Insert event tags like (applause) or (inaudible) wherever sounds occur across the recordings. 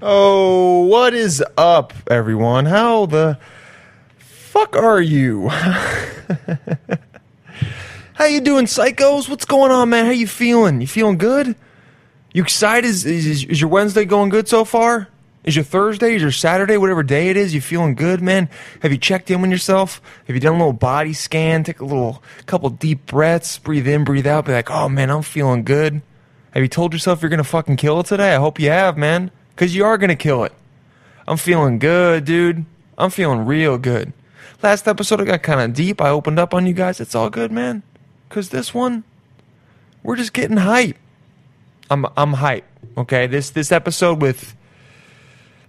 Oh, what is up, everyone? How the fuck are you? (laughs) How you doing, psychos? What's going on, man? How you feeling? You feeling good? You excited? Is, is, is your Wednesday going good so far? Is your Thursday? Is your Saturday? Whatever day it is, you feeling good, man? Have you checked in with yourself? Have you done a little body scan? Take a little couple deep breaths, breathe in, breathe out. Be like, oh man, I'm feeling good. Have you told yourself you're gonna fucking kill it today? I hope you have, man, because you are gonna kill it. I'm feeling good, dude. I'm feeling real good. Last episode I got kind of deep. I opened up on you guys. It's all good, man. Cause this one, we're just getting hype. I'm I'm hype. Okay, this this episode with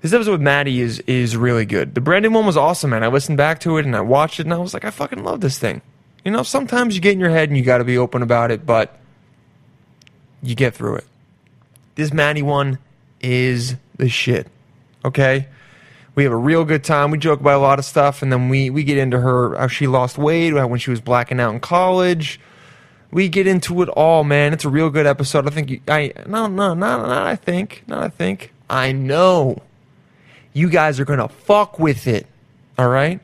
this episode with Maddie is is really good. The Brandon one was awesome, man. I listened back to it and I watched it and I was like, I fucking love this thing. You know, sometimes you get in your head and you got to be open about it, but you get through it. This Maddie one is the shit. Okay? We have a real good time. We joke about a lot of stuff, and then we, we get into her how she lost weight, how when she was blacking out in college. We get into it all, man. It's a real good episode. I think you, I no no no not I think not I think I know you guys are gonna fuck with it, all right?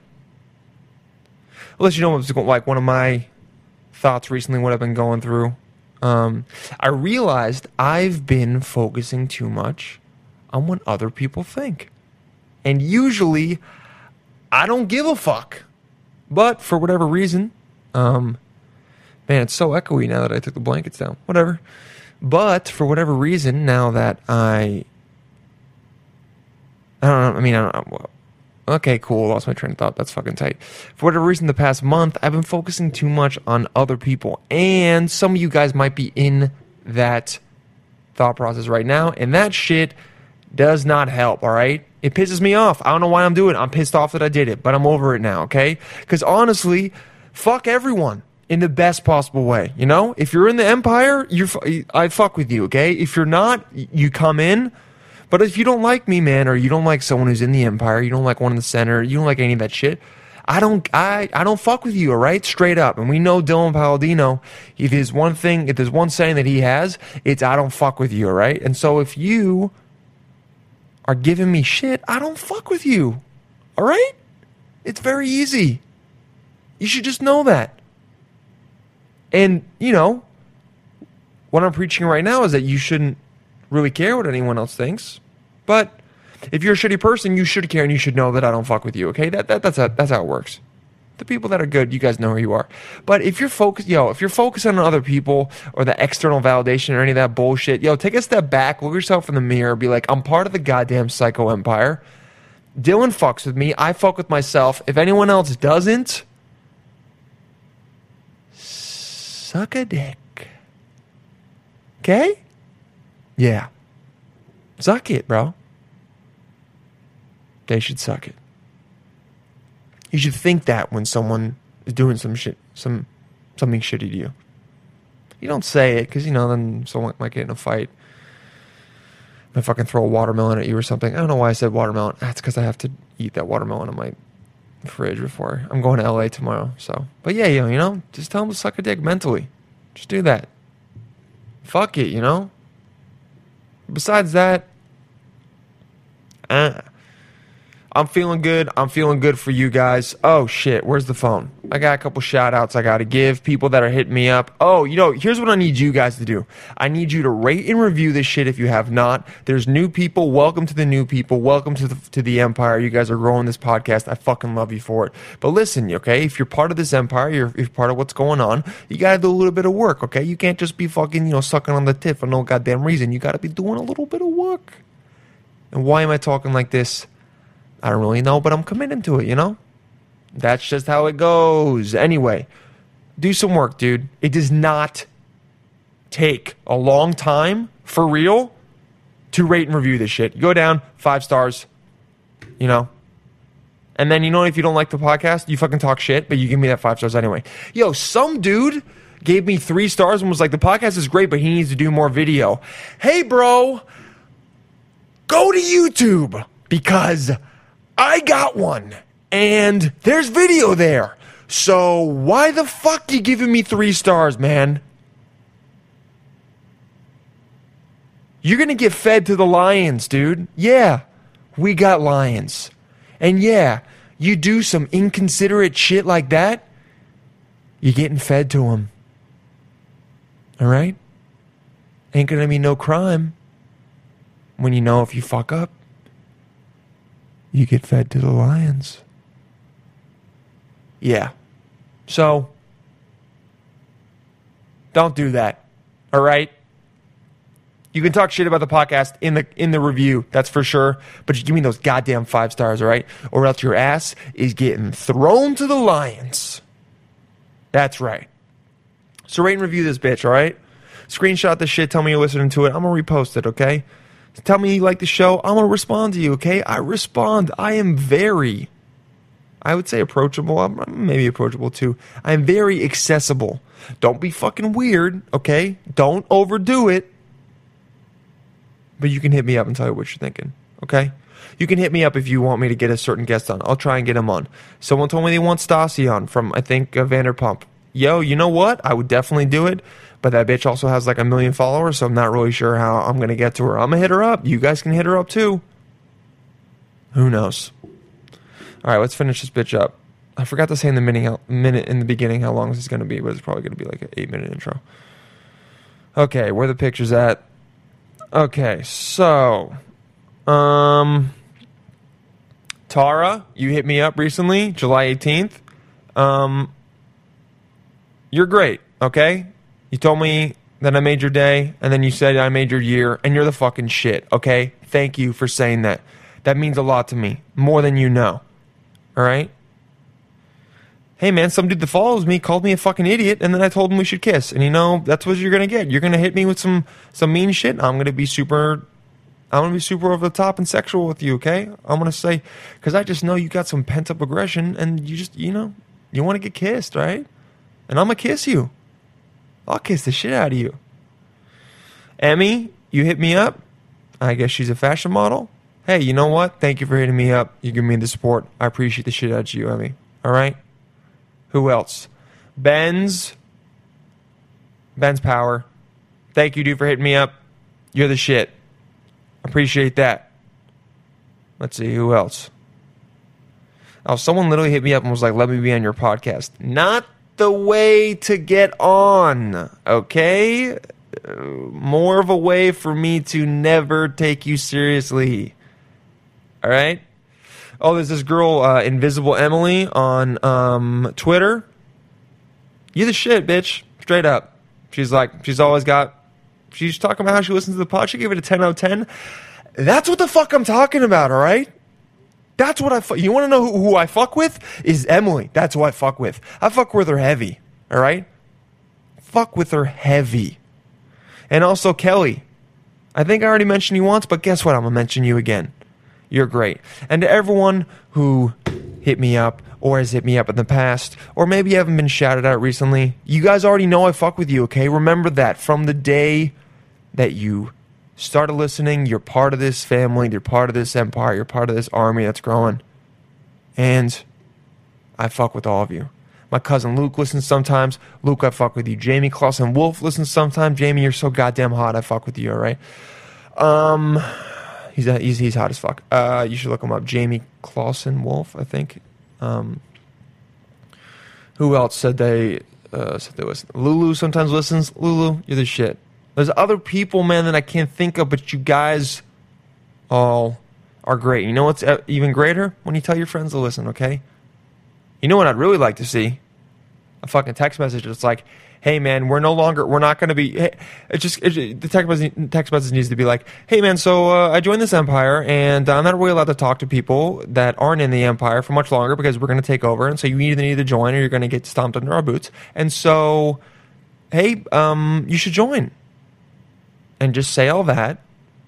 Unless you know what's going like one of my thoughts recently, what I've been going through. Um, I realized I've been focusing too much on what other people think, and usually I don't give a fuck. But for whatever reason, um, man, it's so echoey now that I took the blankets down. Whatever. But for whatever reason, now that I I don't know. I mean, I don't know. Okay, cool. Lost my train of thought. That's fucking tight. For whatever reason, the past month, I've been focusing too much on other people. And some of you guys might be in that thought process right now. And that shit does not help, all right? It pisses me off. I don't know why I'm doing it. I'm pissed off that I did it, but I'm over it now, okay? Because honestly, fuck everyone in the best possible way. You know, if you're in the empire, you're, fu- I fuck with you, okay? If you're not, y- you come in. But if you don't like me, man, or you don't like someone who's in the empire, you don't like one in the center, you don't like any of that shit. I don't, I, I don't fuck with you, all right? Straight up. And we know Dylan Palladino. If there's one thing, if there's one saying that he has, it's I don't fuck with you, all right? And so if you are giving me shit, I don't fuck with you, all right? It's very easy. You should just know that. And you know, what I'm preaching right now is that you shouldn't really care what anyone else thinks. But if you're a shitty person, you should care and you should know that I don't fuck with you. Okay, that, that that's how, that's how it works. The people that are good, you guys know who you are. But if you're focused, yo, if you're focusing on other people or the external validation or any of that bullshit, yo, take a step back, look yourself in the mirror, be like, I'm part of the goddamn psycho empire. Dylan fucks with me. I fuck with myself. If anyone else doesn't, suck a dick. Okay? Yeah. Suck it, bro. They should suck it. You should think that when someone is doing some shit, some something shitty to you. You don't say it because you know then someone might get in a fight. If I can throw a watermelon at you or something, I don't know why I said watermelon. That's because I have to eat that watermelon in my fridge before I'm going to LA tomorrow. So, but yeah, you know, you know, just tell them to suck a dick mentally. Just do that. Fuck it, you know besides that, uh, I'm feeling good. I'm feeling good for you guys. Oh shit, where's the phone? I got a couple shout outs I gotta give. People that are hitting me up. Oh, you know, here's what I need you guys to do. I need you to rate and review this shit if you have not. There's new people. Welcome to the new people. Welcome to the to the empire. You guys are growing this podcast. I fucking love you for it. But listen, okay, if you're part of this empire, you're, you're part of what's going on. You gotta do a little bit of work, okay? You can't just be fucking, you know, sucking on the tip for no goddamn reason. You gotta be doing a little bit of work. And why am I talking like this? I don't really know, but I'm committed to it, you know? That's just how it goes. Anyway, do some work, dude. It does not take a long time, for real, to rate and review this shit. Go down, five stars, you know? And then, you know, if you don't like the podcast, you fucking talk shit, but you give me that five stars anyway. Yo, some dude gave me three stars and was like, the podcast is great, but he needs to do more video. Hey, bro go to YouTube because I got one and there's video there. So why the fuck you giving me 3 stars, man? You're going to get fed to the lions, dude. Yeah, we got lions. And yeah, you do some inconsiderate shit like that, you're getting fed to them. All right? Ain't going to be no crime when you know if you fuck up, you get fed to the lions. Yeah. So, don't do that. All right? You can talk shit about the podcast in the in the review, that's for sure. But you give me those goddamn five stars, all right? Or else your ass is getting thrown to the lions. That's right. So rate and review this bitch, all right? Screenshot this shit. Tell me you're listening to it. I'm gonna repost it, okay? Tell me you like the show. I'm gonna respond to you, okay? I respond. I am very, I would say approachable. I'm I'm maybe approachable too. I'm very accessible. Don't be fucking weird, okay? Don't overdo it but you can hit me up and tell me what you're thinking. Okay? You can hit me up if you want me to get a certain guest on. I'll try and get him on. Someone told me they want Stassi on from I think uh, Vanderpump. Yo, you know what? I would definitely do it, but that bitch also has like a million followers, so I'm not really sure how I'm gonna get to her. I'm gonna hit her up. You guys can hit her up too. Who knows? All right, let's finish this bitch up. I forgot to say in the minute, minute in the beginning how long this is gonna be, but it's probably gonna be like an eight minute intro. Okay, where the pictures at? Okay, so um Tara, you hit me up recently, July 18th. Um you're great, okay? You told me that I made your day and then you said I made your year and you're the fucking shit, okay? Thank you for saying that. That means a lot to me, more than you know. All right? hey man, some dude that follows me called me a fucking idiot, and then I told him we should kiss. And you know, that's what you're gonna get. You're gonna hit me with some some mean shit. and I'm gonna be super. I'm gonna be super over the top and sexual with you. Okay, I'm gonna say because I just know you got some pent up aggression, and you just you know you want to get kissed, right? And I'm gonna kiss you. I'll kiss the shit out of you. Emmy, you hit me up. I guess she's a fashion model. Hey, you know what? Thank you for hitting me up. You give me the support. I appreciate the shit out of you, Emmy. All right. Who else? Ben's. Ben's Power. Thank you, dude, for hitting me up. You're the shit. Appreciate that. Let's see who else. Oh, someone literally hit me up and was like, "Let me be on your podcast." Not the way to get on, okay? Uh, more of a way for me to never take you seriously. All right. Oh, there's this girl, uh, Invisible Emily, on um, Twitter. You the shit, bitch. Straight up. She's like, she's always got. She's talking about how she listens to the pod. She gave it a 10 out of 10. That's what the fuck I'm talking about, all right? That's what I fuck. You want to know who, who I fuck with? Is Emily. That's who I fuck with. I fuck with her heavy, all right? Fuck with her heavy. And also Kelly. I think I already mentioned you once, but guess what? I'm going to mention you again. You're great. And to everyone who hit me up or has hit me up in the past, or maybe haven't been shouted out recently, you guys already know I fuck with you, okay? Remember that from the day that you started listening, you're part of this family, you're part of this empire, you're part of this army that's growing. And I fuck with all of you. My cousin Luke listens sometimes. Luke, I fuck with you. Jamie Clausen Wolf listens sometimes. Jamie, you're so goddamn hot. I fuck with you, all right? Um, he's he's he's hot as fuck. Uh, you should look him up. Jamie Clausen Wolf, I think. Um, who else said they uh, said they listen? Lulu sometimes listens. Lulu, you're the shit. There's other people, man, that I can't think of, but you guys all are great. You know what's uh, even greater? When you tell your friends to listen, okay? You know what I'd really like to see? a fucking text message that's like, "Hey man, we're no longer, we're not going to be." Hey, it's just it, the text message, text message needs to be like, "Hey man, so uh, I joined this empire, and I'm not really allowed to talk to people that aren't in the empire for much longer because we're going to take over, and so you either need to join or you're going to get stomped under our boots." And so, hey, um, you should join, and just say all that.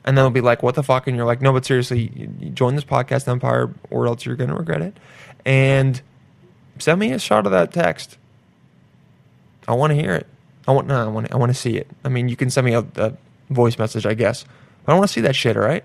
And then they'll be like, "What the fuck?" And you're like, "No, but seriously, you- you join this podcast empire, or else you're gonna regret it." And send me a shot of that text. I want to hear it. I want no. I want. I want to see it. I mean, you can send me a, a voice message, I guess. But I want to see that shit. All right.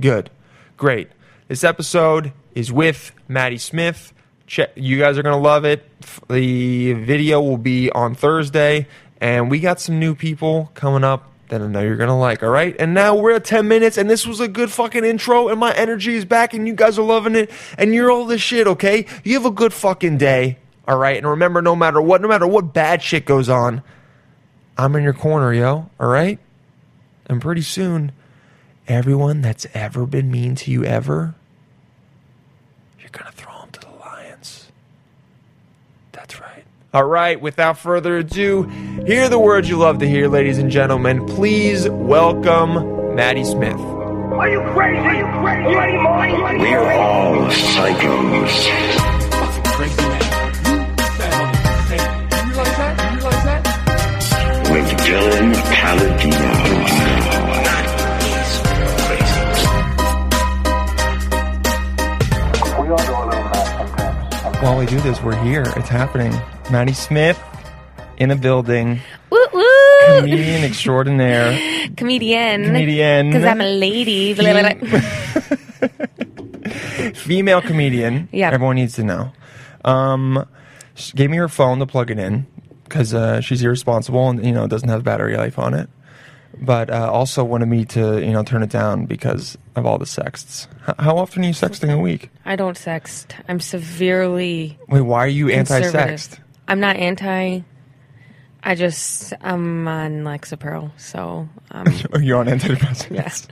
Good. Great. This episode is with Maddie Smith. Che you guys are gonna love it. F- The video will be on Thursday, and we got some new people coming up that I know you're gonna like. All right, and now we're at ten minutes, and this was a good fucking intro, and my energy is back, and you guys are loving it, and you're all this shit. Okay, you have a good fucking day. All right, and remember, no matter what, no matter what bad shit goes on, I'm in your corner, yo. All right, and pretty soon, everyone that's ever been mean to you ever, you're gonna throw them to the lions. That's right. All right, without further ado, hear the words you love to hear, ladies and gentlemen. Please welcome Maddie Smith. Are you crazy? Are you crazy? You ain't mind. We're all psychos. With Dylan Paladino. While we do this, we're here. It's happening. Maddie Smith in a building, Woot woot! comedian (laughs) extraordinaire. Comedian. Comedian. Because I'm a lady. Blah, blah, blah. female comedian. (laughs) Yeah. Everyone needs to know. Um, she gave me her phone to plug it in because uh, she's irresponsible and you know doesn't have battery life on it. But uh, also wanted me to you know turn it down because of all the sexts. H- how often are you sexting a week? I don't sext. I'm severely Wait, why are you anti-sext? conservative. I'm not anti. I just I'm on Lexapro, so (laughs) um, Or you're on antidepressants? Yes.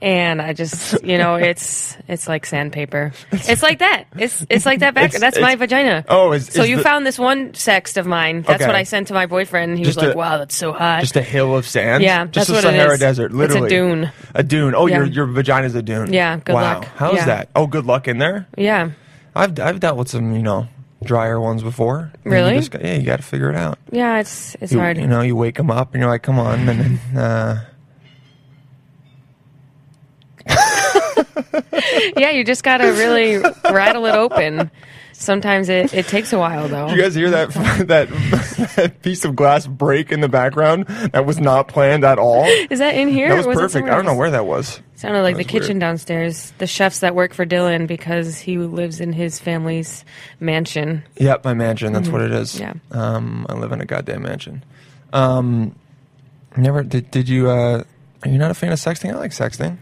and I just you know it's it's like sandpaper. It's like that. It's it's like that back. It's- that's my it's- vagina. Oh, is- so is you the- found this one sext of mine. That's Okay. what I sent to my boyfriend. He Just was like, a- "Wow, that's so hot." Just a hill of sand. Yeah, just that's the what it Sahara is. Desert. It's a Literally, dune. A dune. Oh, your Yeah. your vagina's a dune. Yeah, good wow. luck. How's Yeah. that? Oh, good luck in there. yeah. I've I've dealt with some you know drier ones before. And you Really? just go- yeah, you got to figure it out. Yeah, it's it's You, hard. you know, you wake them up and you're like, come on, and then uh, (laughs) Yeah, you just gotta really rattle it open. Sometimes it, it takes a while though. you guys hear that (laughs) that that piece of glass break in the background that was not planned at all. Is that in here? That was or it perfect. somewhere I don't know else? where that was. Sounded like that the was weird. kitchen downstairs. The chefs that work for Dylan because he lives in his family's mansion. Yep, my mansion. That's what it is. Mm-hmm. Yeah. Um, I live in a goddamn mansion. Um, never did. Did you? Uh, are you not a fan of sexting? I like sexting.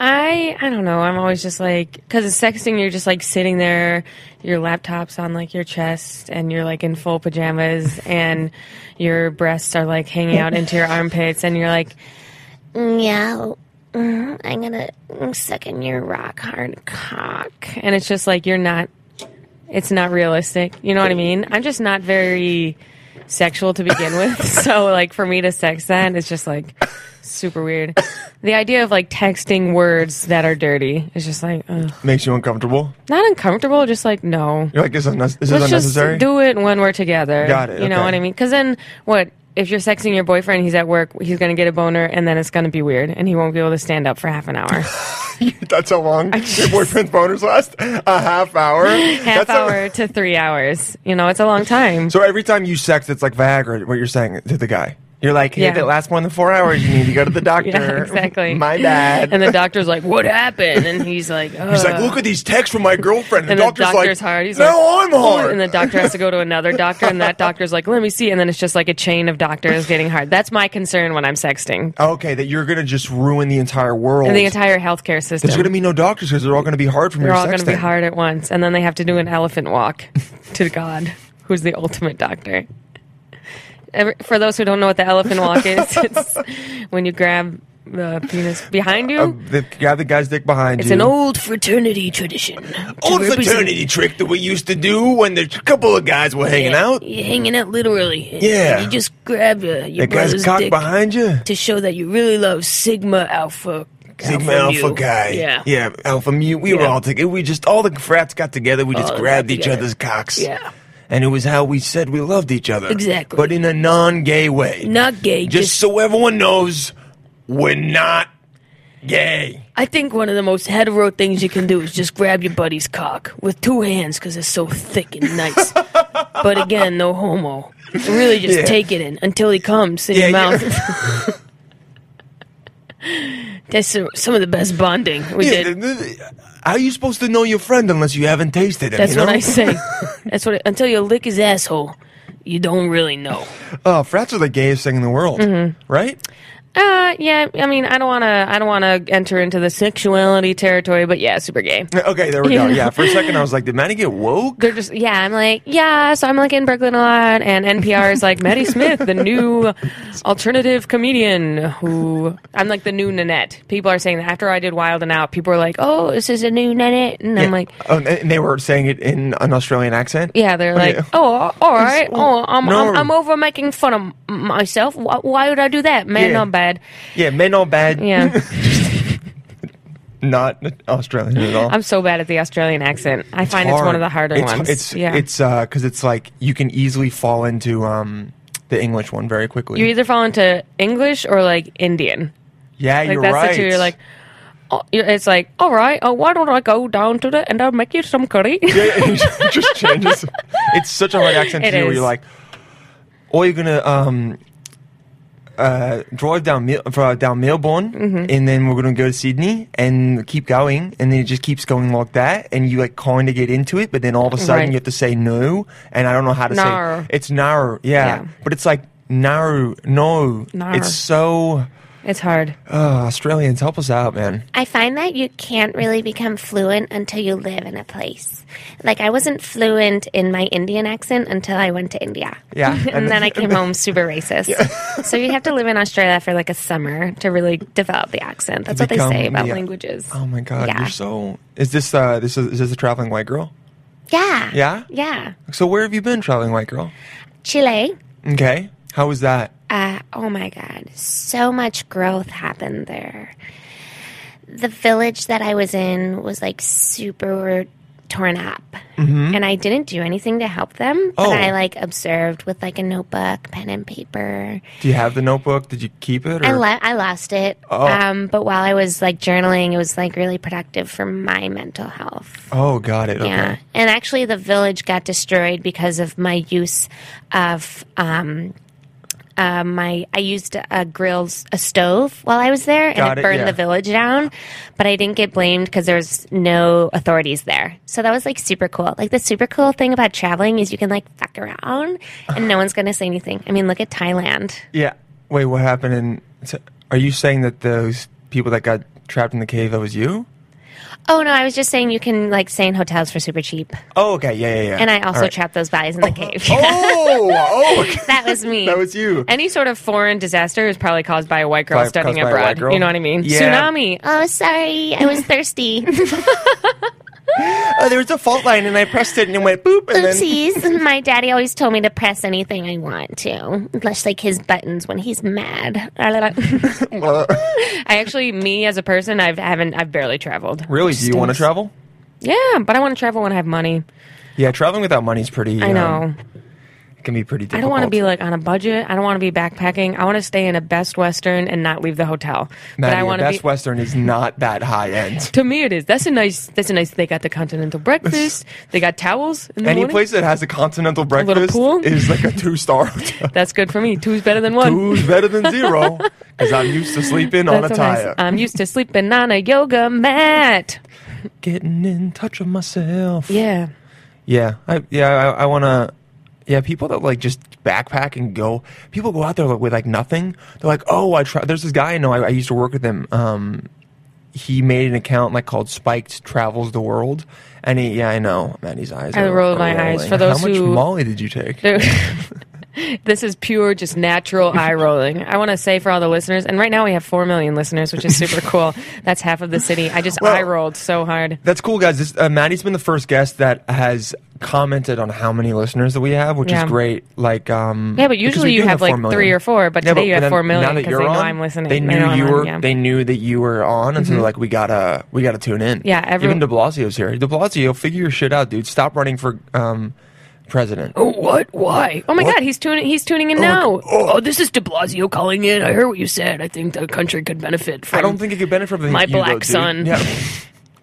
I I don't know. I'm always just like because it's sexting. You're just like sitting there, your laptop's on like your chest, and you're like in full pajamas, and your breasts are like hanging out into your armpits, and you're like. Yeah, mm-hmm. mm, I'm gonna mm, suck in your rock hard cock. and it's just like you're not it's not realistic you know what i mean i'm just not very sexual to begin with (laughs) so like for me to sex that it's just like super weird the idea of like texting words that are dirty is just like ugh. Makes you uncomfortable. not uncomfortable just like no You're like, this is, unnes- this is let's unnecessary. just do it when we're together Got it, you know okay. what i mean because then what if you're sexing your boyfriend he's at work he's going to get a boner and then it's going to be weird and he won't be able to stand up for half an hour (laughs) (laughs) That's how long your boyfriend's boners last? A half hour. half That's how- hour to three hours you know it's a long time so every time you sex, it's like Viagra. What you're saying to the guy. You're like, hey, Yeah. that last more than four hours. You need to go to (laughs) the doctor. Yeah, (laughs) exactly. My bad. And the doctor's like, "What happened?" And he's like, (laughs) Ugh. He's like, look at these texts from my girlfriend. And the doctor's, like, hard. He's no, like, I'm hard. And the doctor has to go to another doctor, and that doctor's like, "Let me see." And then it's just like a chain of doctors getting hard. That's my concern when I'm sexting okay, that you're gonna just ruin the entire world. and the entire healthcare system. There's going to be no doctors because they're all going to be hard from They're your all sex going to be thing. hard at once, and then they have to do an elephant walk (laughs) to God, who's the ultimate doctor. Every, for those who don't know what the elephant (laughs) walk is, it's when you grab the penis behind you. Uh, the guy, the guy's dick behind it's you. an old fraternity tradition. old fraternity trick that we used to do when the couple of guys were hanging out. You're hanging out literally. Yeah. You just grab uh, The your guy's brother's cock dick behind you. to show that you really love Sigma Alpha. Sigma Alpha, Mu. guy. Yeah. Yeah, Alpha Mu. We were Yeah. all together. We just, all the frats got together. We just All grabbed got each together. other's cocks. Yeah. And it was how we said we loved each other. Exactly. But in a non gay way. Not gay. Just, Just, so everyone knows, we're not gay. I think one of the most hetero things you can do is just grab your buddy's cock with two hands because it's so thick (laughs) and nice. but again, no homo. Really, just Yeah. take it in until he comes in Yeah, your yeah. mouth. (laughs) That's some, some of the best bonding we Yeah, did. th- th- How are you supposed to know your friend unless you haven't tasted it? That's you know? what I say. That's what. I, until you lick his asshole, you don't really know. Oh, frats are the gayest thing in the world, Mm-hmm. right? Uh, yeah. I mean, I don't want to. I don't want to enter into the sexuality territory, but yeah, super gay. Okay, there we go. Yeah, for a second I was like, did Maddie get woke? They're just yeah. I'm like yeah. So I'm like in Brooklyn a lot, and NPR is like Maddie Smith, the new alternative comedian. Who I'm like the new Nanette. People are saying that after I did Wild and Out, people are like, oh, this is a new Nanette, and I'm like. oh, and- and they were saying it in an Australian accent. Yeah, they're Okay. like, oh, all right, oh, I'm, No. I'm, I'm over making fun of m- myself. Why, why would I do that? Man, Yeah. I'm bad. yeah, men are bad. (laughs) Yeah, not Australian at all. I'm so bad at the Australian accent. I find it's one hard. of the harder It's- ones. It's yeah. it's uh 'cause because it's like you can easily fall into um the English one very quickly. you either fall into English or like Indian. yeah, Like you're that's right. the two. You're like, oh, you're- it's like, all right, oh, why don't I go down to the and I'll make you some curry? (laughs) it just changes. It's such a hard accent It to do. Where is. you're like, or you're gonna um, uh, drive down Mel- uh, down Melbourne, and then we're gonna go to Sydney and keep going, and then it just keeps going like that, and you like kind of get into it, but then all of a sudden Right. you have to say no, and I don't know how to Nar. say it's narrow, yeah. Yeah. but it's like narrow, no, Nar. it's so. (laughs) it's hard. Uh, Australians, help us out, man. I find that you can't really become fluent until you live in a place. Like I wasn't fluent in my Indian accent until I went to India. Yeah, (laughs) And then I came home super racist. (laughs) So you'd have to live in Australia for like a summer to really develop the accent. That's what they become- say about yeah. languages. Oh my god, Yeah. you're so. Is this uh this is, is this a traveling white girl? Yeah. Yeah? Yeah. So where have you been traveling, white girl? Chile. Okay. How was that? Uh, oh my God. So much growth happened there. The village that I was in was like super torn up. And I didn't do anything to help them. But Mm-hmm. Oh. I like observed with like a notebook, pen, and paper. Do you have the notebook? Did you keep it? Or? I, lo- I lost it. Oh. Um, but while I was like journaling, it was like really productive for my mental health. oh, got it. Okay. Yeah. And actually, the village got destroyed because of my use of um, uh, my. I used a grill, s- a stove while I was there, and Got it, it, burned yeah. the village down. But I didn't get blamed because there was no authorities there. So that was like super cool. Like the super cool thing about traveling is you can like fuck around (sighs) and no one's going to say anything. I mean, look at Thailand. Yeah. Wait, what happened? In, so are you saying that those people that got trapped in the cave that was you? Oh, no, I was just saying you can like stay in hotels for super cheap. Oh, okay. Yeah, yeah, yeah. And I also All right. trapped those bodies (laughs) in the cave. (laughs) Oh, oh. okay. that was me. that was you. Any sort of foreign disaster is probably caused by a white girl Probably studying caused by a white abroad. girl. You know what I mean? Yeah. Tsunami. Oh, sorry. I (laughs) was thirsty. (laughs) Oh, there was a fault line, and I pressed it, and it went boop, and then. Oopsies. My daddy always told me to press anything I want to, much like his buttons when he's mad. (laughs) Ah, I actually, me as a person, I've I haven't, I've barely traveled. (laughs) Really? Do you want to travel? Yeah, but I want to travel when I have money. Yeah, traveling without money is pretty. I um, know. it can be pretty difficult. I don't want to be like on a budget. I don't want to be backpacking. I want to stay in a Best Western and not leave the hotel. but Maddie, I a want to be. Best Western is not that high end. (laughs) to me, it is. That's a nice. That's a nice. They got the (laughs) continental breakfast. They got towels. In the Any morning. place that has a continental little breakfast pool? is like a two star hotel. That's good for me. Two's better than one. Two's better than (laughs) zero because I'm used to sleeping on a That's so nice. tire. I'm used to sleeping on a yoga mat. Getting in touch with myself. Yeah. Yeah, I, yeah, I, I want to. Yeah, people that like just backpack and go. People go out there like, with like nothing. They're like, oh, I try. There's this guy I know. I, I used to work with him. Um, he made an account like called Spiked Travels the World, and he. Yeah, I know. Man, his eyes. I are- rolled are my eyes. rolling. For those how much who- Molly did you take? this is pure, just natural (laughs) eye rolling. I want to say for all the listeners, and right now we have 4 million listeners, which is super cool. That's half of the city. I just Well- eye rolled so hard. That's cool, guys. This, uh, Maddie's been the first guest that has commented on how many listeners that we have, which Yeah. is great. Like, um, Yeah, but because usually we you do have, like, 4 million. three or four, but today you have then 4 million now that 'cause you're they know on, I'm listening. They They knew know I'm you on, were. yeah. Mm-hmm. They knew that you were on, and so they're like, we gotta, we gotta tune in. Yeah, every- even De Blasio's here. De Blasio, figure your shit out, dude. Stop running for um, president. Oh, what? Why? Oh my God, he's tuning. He's tuning in now. No. Oh, this is De Blasio calling in. I heard what you said. I think the country could benefit from. I don't think it could benefit from My you, though, black dude. son. Yeah.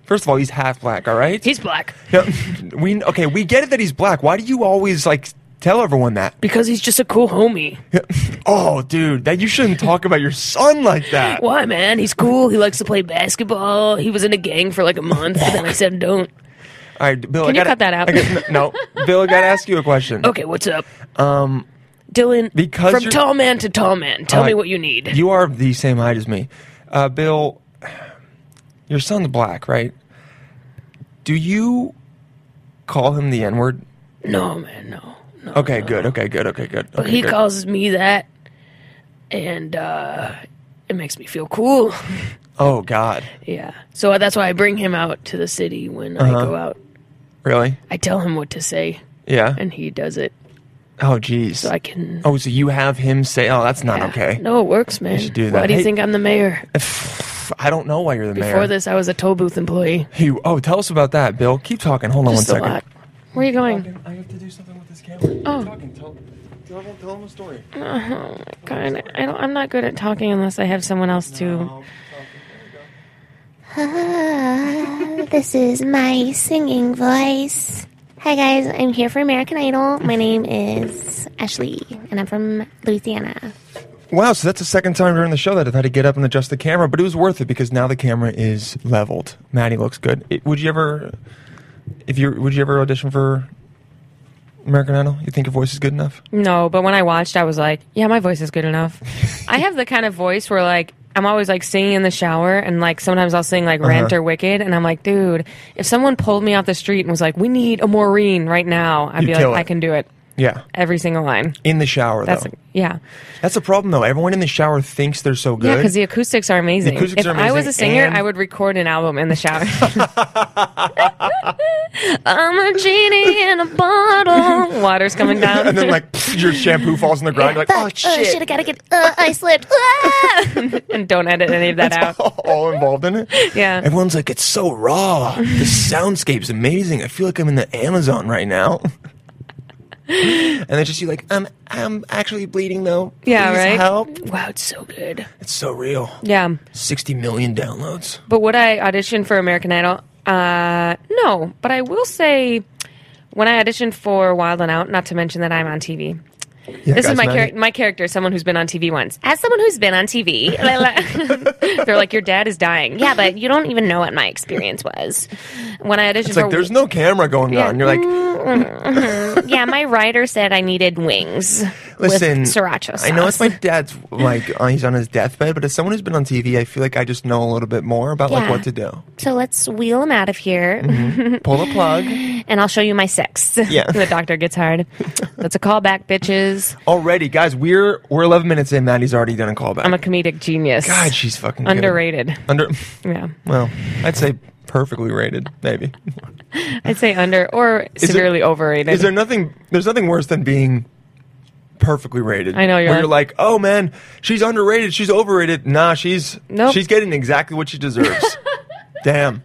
First of all, he's half black. All right. he's black Yeah. we okay. We get it that he's black. Why do you always like tell everyone that? because he's just a cool homie. (laughs) Oh, dude, that you shouldn't talk about your son like that. Why, man? He's cool. He likes to play basketball. He was in a gang for like a month, but then I said don't. All right, Bill. Can I you gotta, cut that out? I got- (laughs) no, Bill. I got to ask you a question. Okay, what's up? Um, Dylan, because from you're- tall man to tall man, tell All me right. what you need. You are the same height as me, uh, Bill. Your son's black, right? Do you call him the N word? no, man, no. no. Okay, good. Okay, good. Okay, good. But okay, he good. calls me that, and uh, it makes me feel cool. Oh God, yeah. So that's why I bring him out to the city when Uh-huh. I go out. really? I tell him what to say, Yeah. and he does it. Oh, geez. So I can. Oh, so you have him say, "Oh, that's not Yeah. okay." No, it works, man. should do that. Why do you Hey- think I'm the mayor? I don't know why you're the Before mayor. this, I was a toll booth employee. You- oh, tell us about that, Bill. Keep talking. Hold on Just a one second. lot. Where are you going? I have to do something with this camera. Oh. Talking. Tell, tell, tell him a story. Mm. Oh God, I don't, I'm not good at talking unless I have someone else to. Um, Ah, this is my singing voice. Hi guys, I'm here for American Idol. My name is Ashley, and I'm from Louisiana. Wow, so that's the second time during the show that I've had to get up and adjust the camera, but it was worth it because now the camera is leveled. Maddie looks good. It- would you ever, if you would you ever audition for American Idol? You think your voice is good enough? No, but when I watched, I was like, yeah, my voice is (laughs) good enough. I have the kind of voice where, like, I'm always like singing in the shower, and like sometimes I'll sing Uh-huh. like Rent or Wicked, and I'm like, dude, if someone pulled me off the street and was like, we need a Maureen right now, I'd You'd be kill like, it. I can do it. Yeah, Every single line. in the shower That's, though. yeah. That's a problem though. Everyone in the shower thinks they're so good. Yeah, because the acoustics are amazing. The acoustics if are I was amazing, a singer, and- I would record an album in (laughs) the shower. I'm a genie in (laughs) a bottle. Water's coming down. and then like pfft, your shampoo falls on the ground. You're like, oh I should shit, have got to get. Uh, I slipped. (laughs) Ah! (laughs) and don't edit any of that out. (laughs) all involved in it. oh, Yeah. Everyone's like, it's so raw. The soundscape's amazing. I feel like I'm in the Amazon right now. and then just you like, I'm I'm actually bleeding though. Yeah, Please right? Help. Wow, it's so good. It's so real. Yeah. Sixty million downloads. But would I audition for American Idol? Uh, no. But I will say, when I auditioned for Wild and Out, not to mention that I'm on TV. Yeah, This guys, is my Maddie- character. My character is someone who's been on TV once. As someone who's been on (laughs) TV, they're like, "Your dad is dying." yeah, but you don't even know what my experience was. When I auditioned It's for like there's no camera going on. You're like, Yeah, my writer said I needed wings. listen, sriracha I know it's my sauce. (laughs) dad's like uh, he's on his deathbed, but as someone who's been on TV, I feel like I just know a little bit more about like Yeah. what to do. So let's wheel him out of here, Pull a plug. and I'll show you my six. Mm-hmm. (laughs) Yeah. the doctor gets hard. That's a callback, bitches. Already, guys, we're we're 11 minutes in. Maddie's already done a callback. I'm a comedic genius. God, she's fucking good. underrated. Under, (laughs) Yeah, well, I'd say perfectly rated, maybe. I'd say under or there- severely overrated. Is there nothing? There's nothing worse than being perfectly rated. I know, you're where like- you're like, oh man, she's underrated, she's overrated. Nah, she's Nope. she's getting exactly what she deserves. (laughs) Damn,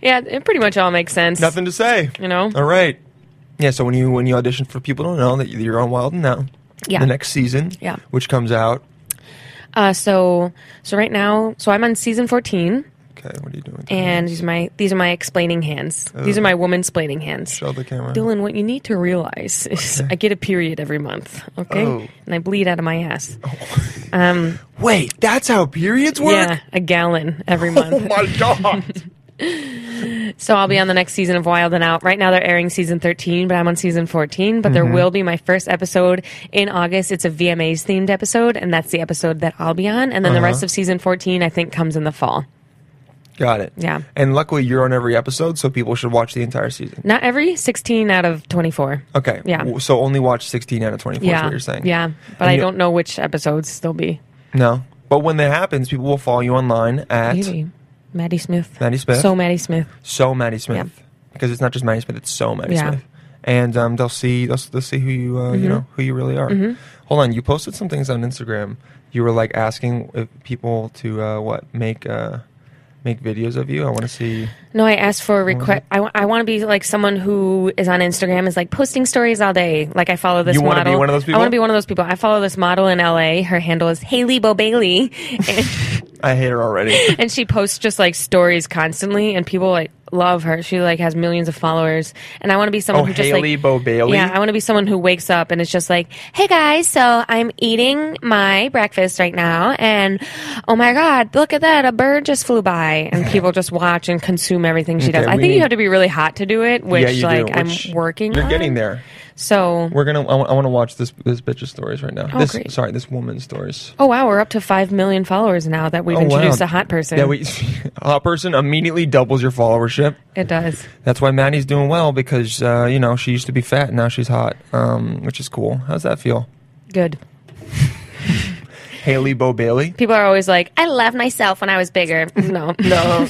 yeah, it pretty much all makes sense. nothing to say. You know? All right. Yeah. So when you when you audition for people don't know that you're on Wild and Now. Yeah. The next season. Yeah. Which comes out. Uh, so, so right now, so I'm on season 14, Okay. What are you doing? and these are my these are my explaining hands. These are Oh. my woman splaining hands. Show the camera. Dylan, what you need to realize is I get a period every month, okay, Oh. and I bleed out of my ass. Um, Wait, that's how periods (laughs) work. Yeah, a gallon (laughs) every Oh month. my god. So I'll be on the next season of Wild and Out. Right now they're airing season 13, but I'm on season 14. But Mm-hmm. there will be my first episode in August. It's a VMAs themed episode, and that's the episode that I'll be on. And then the Uh-huh. rest of season 14, I think, comes in the fall. Got it. Yeah. And luckily, you're on every episode, so people should watch the entire season. Not every 16 out of 24. Okay. Yeah. W- So only watch 16 out of 24 is yeah. what you're saying. Yeah. But And I you- don't know which episodes they'll be. No. But when that happens, people will follow you online at Maybe. Maddie Smith. Maddie Smith. So Maddie Smith. So Maddie Smith. Yeah. Because it's not just Maddie Smith, it's So Maddie Yeah. Mm-hmm. Smith. And um, they'll see they'll, they'll see who you uh, you know who you really are. Hold on, you posted some things on Instagram. You were like asking if people to uh, what make uh, make videos of you. I want to see. No, I asked for a request. I, wa- I want to be like someone who is on Instagram is like posting stories all day. Like I follow this You wanna model. be one of those I people? want to be one of those people. I follow this model in LA. Her handle is Haley Bo Bailey, (laughs) and, I hate her already. (laughs) and she posts just like stories constantly. And people like love her. She like has millions of followers, and I want to be someone Oh, who just Haley like Bo Bailey? Yeah, I want to be someone who wakes up and it's just like, hey guys, so I'm eating my breakfast right now, and oh my god, look at that, a bird just flew by, and people just watch and consume everything she does. Okay, I we think need- you have to be really hot to do it, which yeah, you like do. which I'm working. You're on. getting there. So, We're gonna. I want to watch this this bitch's stories right now. Oh, this great. sorry, this woman's stories. oh wow, we're up to five million followers now that we've Oh, wow. introduced a hot person. Yeah, we, (laughs) a hot person immediately doubles your followership. it does. That's why Maddie's doing well because uh, you know she used to be fat and now she's hot, um, which is cool. How's that (laughs) feel? Good. Haley Bo Bailey. People are always like, I love myself when I (laughs) was bigger. no, no.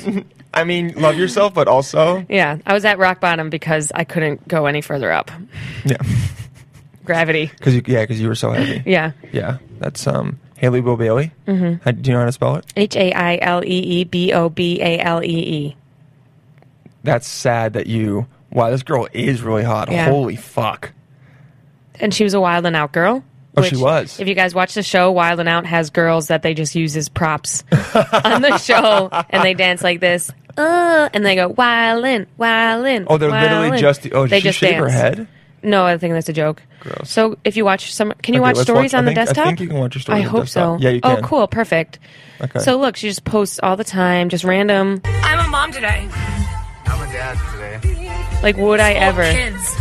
I mean, love yourself, but also (laughs) Yeah, I was at rock bottom because I couldn't go any further up. yeah, Gravity. because you, yeah, because you were so heavy. Yeah. Yeah, that's um Haley Bo Bailey. Mm-hmm. How, do you know how to spell it? H A I L E E B O B A L E E. That's sad that you. Wow, this girl is really hot. Yeah. Holy fuck. And she was a Wild and Out girl. Oh, she was. If you guys watch the show, Wild and Out has girls that they just use as props (laughs) on the show, and they dance like this. Uh, and they go wildin', wildin'. Oh, they're literally wildin'. just. Oh, did they she just shave dance. her head? No, I think that's a joke. Gross. So if you watch some, can you Okay, watch let's stories watch- I on the think- I desktop? think you can watch your stories I on hope desktop. so. Yeah, you Oh, can. cool, perfect. Okay. So look, she just posts all the time, just random. I'm a mom today. I'm a dad today. Like, would I ever? Kids.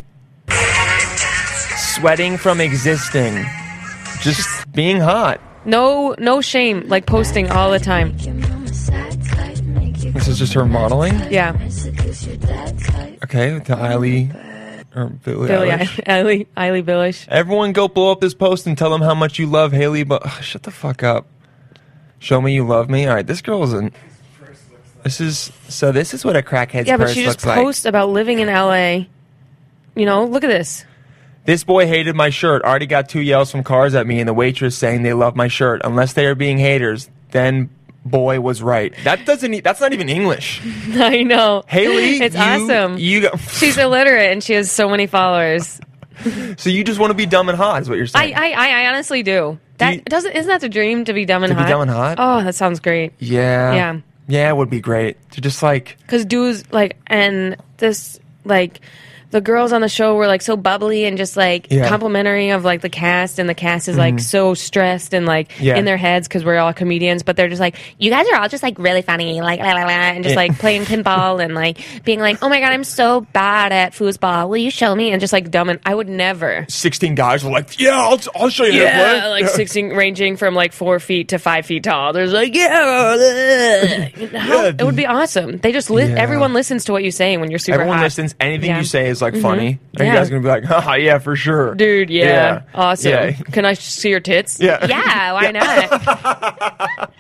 Sweating from existing, just being hot. No, no shame. Like posting all the time. This is just her modeling. Yeah, Okay, to Eiley or Billy. Billie Eilish. Eilish, Eilish Billish. Everyone, go blow up this post and tell them how much you love Haley. But (sighs) shut the fuck up. Show me you love me. All right, this girl is an. This is so. This is what a crackhead's Yeah, but purse she just looks like. posts about living in LA. You know, look at this. (laughs) This boy hated my shirt. Already got two yells from cars at me and the waitress saying they love my shirt. Unless they are being haters, then boy was right. That doesn't. e- That's not even (laughs) English. I know. Haley, (laughs) it's you- awesome. You go- She's illiterate and she has so many followers. (laughs) so you just want to be dumb and hot is what you're I, saying. I, I I honestly do. That you- doesn't isn't that the dream to be dumb and To be hot? dumb and hot? Oh, that sounds great. yeah. Yeah. Yeah, it would be great to just like Because dudes like and this like the girls on the show were like so bubbly and just like Yeah. Mm-hmm. complimentary of like the cast and the cast is like so stressed and like Yeah. in their heads because we're all comedians but they're just like You guys are all just like really funny, like la la la, and just Yeah. like playing pinball and like being like, oh my god, I'm so bad at foosball. Will you show me? and just like dumb and I would never 16 guys were like, "Yeah, I'll, I'll show you how to yeah play." (laughs) like sixteen ranging from like four feet to five feet tall there's like (laughs) yeah bleh. How- Yeah. it would be awesome they just li- Yeah. everyone listens to what you're saying when you're super Everyone hot. listens. Anything Yeah. Mm-hmm. you say is like funny. And Yeah. you guys are gonna be like, "Haha, yeah, for sure, dude yeah, Yeah. awesome Yeah. can I see your tits Yeah, Yeah, why not?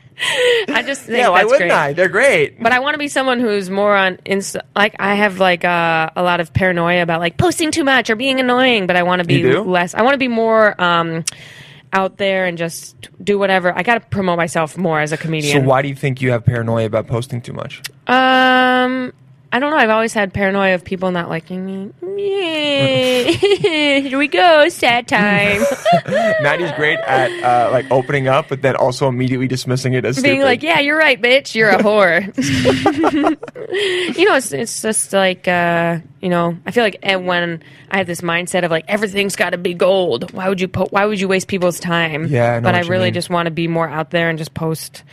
(laughs) I just think yeah. Why that's wouldn't great. I? They're great. But I want to be someone who's more on inst- like I have like uh, a lot of paranoia about like posting too much or being annoying. But I want to be You do? less. I want to be more um, out there and just do whatever. I got to promote myself more as a So comedian. why do you think you have paranoia about posting too much? Um, I don't know. I've always had paranoia of people not liking me. (laughs) Yeah. Here we go, sad time. Maddie's great at uh, like opening up, but then also immediately dismissing it as (laughs) Being stupid. like, yeah, you're right, (laughs) bitch. You're a whore. (laughs) you know, it's it's just like uh, you know, I feel like eh, when I have this mindset of like everything's got to be gold. Why would you po- Why would you waste people's time? Yeah, I know but I what you really mean. Mm-hmm. just want to be more out there and just post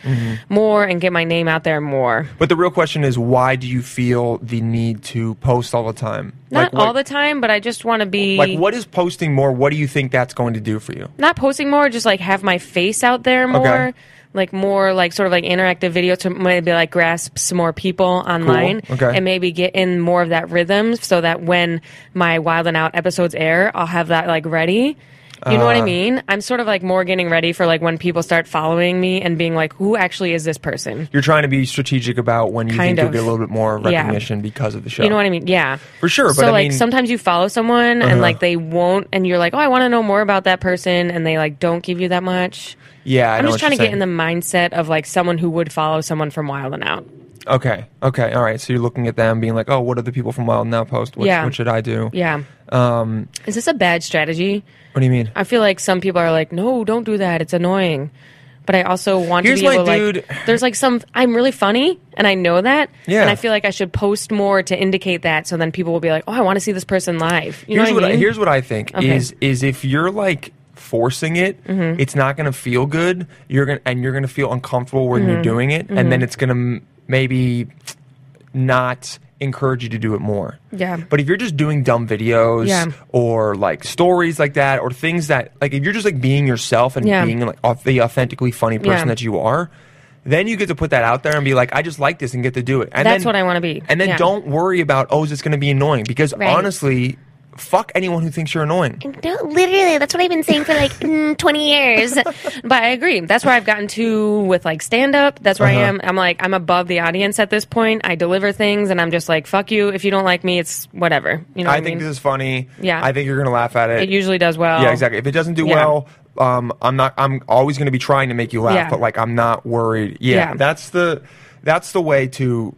more and get my name out there more. But the real question is, why do you feel the need to post all the time? Not what- all the time, but I just want to be Like, what is posting more? What do you think that's going to do for you? not posting more, just like have my face out there more. Like more like sort of like interactive video to maybe like grasp some more people online Cool. Okay. and maybe get in more of that rhythm so that when my Wild and Out episodes air, I'll have that like ready. You know what Uh. I mean? I'm sort of like more getting ready for like when people start following me and being like, who actually is this person? You're trying to be strategic about when you think Kind you'll of. get a little bit more Yeah. recognition because of the show. You know what I mean? Yeah. For sure, but so I like mean- Uh-huh. sometimes you follow someone and like they won't, and you're like, oh, I want to know more about that person, and they like don't give you that much. Yeah, I I'm know just what trying to you're get in the mindset of like someone who would follow someone from Wild and Out. saying. Okay, okay, all right. So you're looking at them, being like, "Oh, what do the people from Wild Now post? What, Yeah. what should I do?" Yeah. Um, Is this a bad strategy? what do you mean? I feel like some people are like, no, don't do that. It's annoying. But I also want Here's to be my able to dude- like there's like some I'm really funny and I know that. Yeah. And I feel like I should post more to indicate that so then people will be like, Oh, I want to see this person live. You here's know what what, I mean? here's what I think Okay. Mm-hmm. is is if you're like forcing it, it's not going to feel good. You're going to and you're going to feel uncomfortable when Mm-hmm. you're doing it, and then it's going to m- maybe not encourage you to do it more. Yeah. But if you're just doing dumb videos Yeah. or like stories like that or things that like if you're just like being yourself and Yeah. being like auth- the authentically funny person Yeah. that you are, then you get to put that out there and be like, I just like this and get to do it. And That's then- what I wanna be. And then Yeah. don't worry about oh, is this going to be annoying? Because Right. honestly, fuck anyone who thinks you're annoying. No, literally, that's what I've been saying for like mm, 20 years. (laughs) But I agree. That's where I've gotten to with like stand up. That's where Uh-huh. I am. I'm like, I'm above the audience at this point. I deliver things and I'm just like, fuck you. If you don't like me, it's whatever. You know what I I think this mean? is funny. Yeah. I think you're going to laugh at it. it usually does well. yeah, exactly. If it doesn't do Um, Yeah. well, um, I'm not. I'm always going to be trying to make you laugh, Yeah. but like I'm not worried. Yeah, Yeah. that's the that's the way to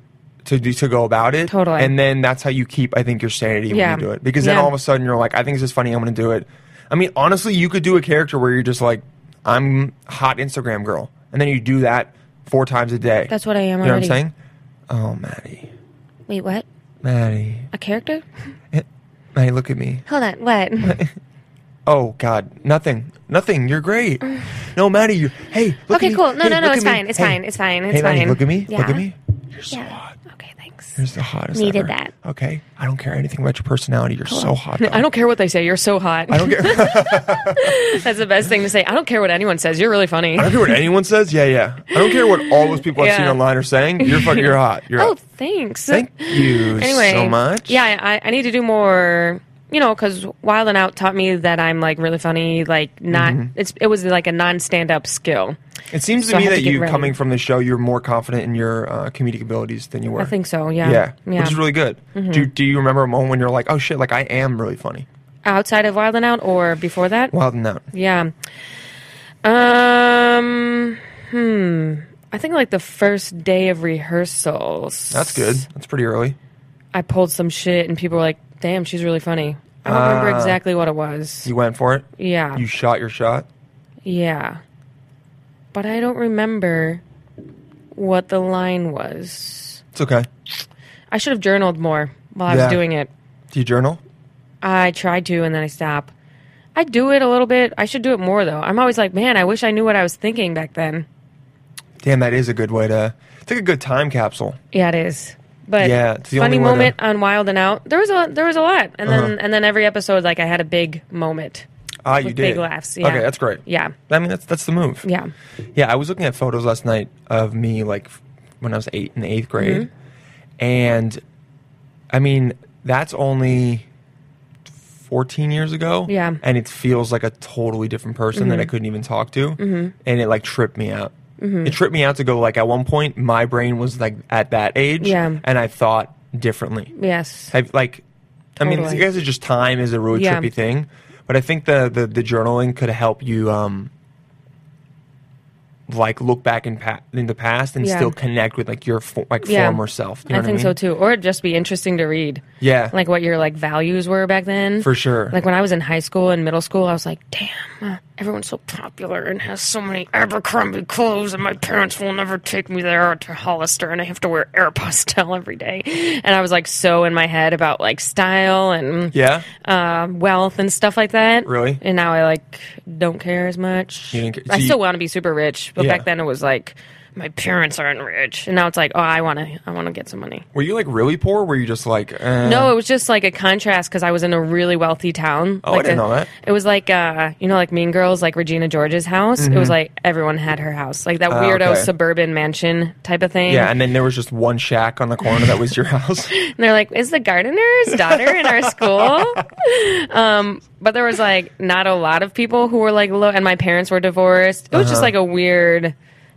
to do to go about it. Totally. And then that's how you keep. I think your sanity Yeah. when you do it because then Yeah. all of a sudden you're like, I think this is funny. I'm going to do it. I mean, honestly, you could do a character where you're just like, I'm hot Instagram girl, and then you do that four times a day. That's what I am You know what I'm already. saying? Oh, Maddie, Wait, what? Maddie, A character? Maddie, look at me. Hold on, what? Oh God, nothing, nothing. You're great. No, Maddie, you. Hey, look at Okay, me. cool. No, Hey, no, no, look it's at me. fine, it's Hey. fine, it's fine, it's hey, Maddie, fine. look at me. Look Yeah. at me. You're so Yeah. hot. Okay, thanks. You're the hottest. Needed ever. that. Okay, I don't care anything about your personality. You're so (laughs) hot. Though. I don't care what they say. You're so hot. I don't care. (laughs) I (laughs) That's the best thing to say. I don't care what anyone says. You're really funny. don't care what anyone says. Yeah, yeah. I don't care what all those people I've seen Yeah. online are saying. You're fucking. You're hot. (laughs) You're. Oh, hot. thanks. Thank you anyway, so much. Yeah, I, I need to do more. You know, because Wild and Out taught me that I'm like really funny. Like not, Mm-hmm. it's it was like a non-stand-up skill. It seems So to I me have that to get you ready. coming from the show, you're more confident in your uh, comedic abilities than you were. I think so. Yeah. Mm-hmm. Yeah, which is really good. Do, do you remember a moment when you're like, oh shit, like I am really funny? Outside of Wild and Out or before that? Wild and out. Yeah. Um. Hmm. I think like the first day of rehearsals. That's good. That's pretty early. I pulled some shit, and people were like, "Damn, she's really funny." I don't remember Ah. exactly what it was. You went for it. Yeah. You shot your shot. Yeah. But I don't remember what the line was. It's okay. I should have journaled more while I Yeah. was doing it. Do you journal? I tried to and then I stopped. I do it a little bit. I should do it more though. I'm always like, man, I wish I knew what I was thinking back then. Damn, that is a good way to. It's like a good time capsule. Yeah, it is. But Yeah, it's the funny only Uh-huh. way to- moment on Wild and Out. There was a there was a lot, and then and then every episode, like I had a big moment. Ah, you With did. big laughs, yeah. Okay, that's great. Yeah, I mean, that's that's the move. yeah. Yeah, I was looking at photos last night of me like f- when I was eight in the eighth grade, Mm-hmm. and I mean that's only fourteen years ago. Yeah. Mm-hmm. and it feels like a totally different person that I couldn't even talk to, and it like tripped me out. It tripped me out to go like at one point my brain was like at that age, Yeah. and I thought differently. Yes. I like, I mean, I Totally. guess it's just time is a really Yeah. trippy thing, but I think the, the the journaling could help you, um, like look back in pa- in the past and Yeah. still connect with like your fo- like Yeah. former self. You know I what think mean? so too. Or it'd just be interesting to read. Yeah. Like what your like values were back then. For sure. Like when I was in high school and middle school, I was like, damn. uh, Everyone's so popular and has so many Abercrombie clothes, and my parents will never take me there to Hollister, and I have to wear Aeropostale every day. And I was like so in my head about like style and Yeah, um, wealth and stuff like that. Really? And now I like don't care as much. You didn't care- I see- still want to be super rich, but Yeah. back then it was like my parents aren't rich, and now it's like oh I want to I want to get some money. were you like really poor? Or were you just like eh? No, it was just like a contrast because I was in a really wealthy town. Oh, I like didn't a- know that. It was like uh, you know, like Mean Girls, like Regina George's house. It was like everyone had her house, like that Mm-hmm. Ah, weirdo okay. suburban mansion type of thing. Yeah, and then there was just one shack on the corner that was your (laughs) house. and they're like, "Is the gardener's daughter in our school?" um, but there was like not a lot of people who were like low, and my parents were divorced. It was just like a weird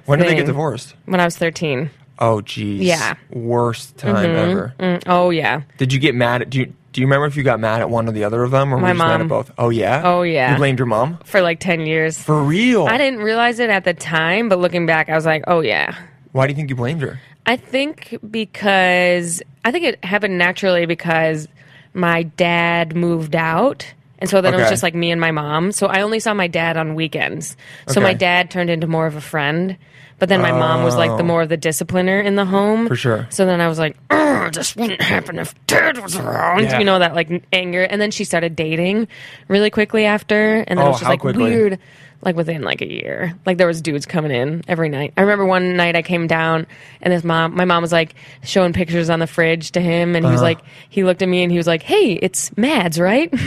When did they get Thing. divorced? when I was thirteen. Oh, geez. Yeah. worst time ever. Mm, oh yeah. Did you get mad at? Do you, do you remember if you got mad at one or the other of them, or were My you just mad at mom. both? Oh yeah. Oh, yeah. You blamed your mom For like ten years. for real. I didn't realize it at the time, but looking back, I was like, "Oh yeah, Why do you think you blamed her? I think because I think it happened naturally because my dad moved out And so then it was Okay. just like me and my mom. So I only saw my dad on weekends. Okay. So my dad turned into more of a friend. But then my mom was like the more of the discipliner in the home. Oh. For sure. So then I was like, oh, this wouldn't happen if dad was around. Yeah. You know, that like anger. And then she started dating really quickly after. And Oh, then it was just how like quickly? weird, like within like a year. Like there was dudes coming in every night. I remember one night I came down and this mom, my mom was like showing pictures on the fridge to him. And he Uh-huh. was like, he looked at me and he was like, hey, it's Mads, right? (laughs)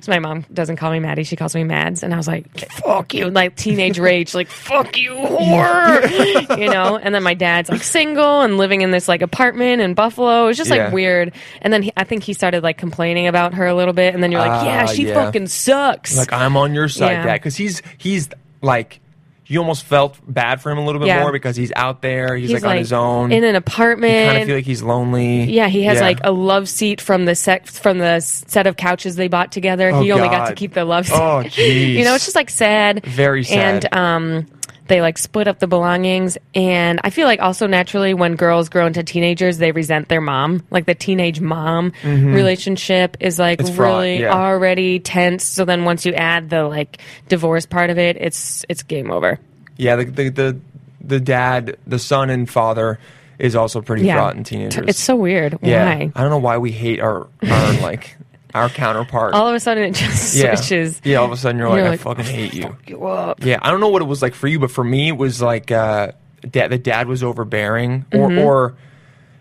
So my mom doesn't call me Maddie; she calls me Mads, and I was like, "Fuck you!" Like (laughs) teenage rage, like "Fuck you, whore," you know. And then my dad's like single and living in this like apartment in Buffalo. It was just like Yeah. weird. And then he, I think he started like complaining about her a little bit, and then you're like, Ah, "Yeah, she yeah. fucking sucks." Like I'm on your side, Yeah. Dad, because he's he's like you almost felt bad for him a little bit Yeah. more because he's out there, he's, like, on his own. in an you kind of apartment. feel like he's lonely. yeah, he has like a love seat from the set from the s- set of couches they bought together. Oh, he only got God. to keep the love seat. oh jeez. you know, it's just like sad. Very sad. And um, they like split up the belongings. And I feel like also naturally when girls grow into teenagers, they resent their mom. Like the teenage mom relationship is like Mm-hmm. It's fraught, really yeah. already tense. So then once you add the like divorce part of it, it's it's game over. yeah. The, the the the dad, the son, and father is also pretty fraught in teenagers. It's so weird. yeah. Why? I don't know why we hate our our like our (laughs) counterpart. All of a sudden it just (laughs) yeah. switches. Yeah, all of a sudden you're like, You're I like, fucking hate you. You up. Yeah, I don't know what it was like for you, but for me, it was like uh, da- the dad was overbearing, or Mm-hmm. or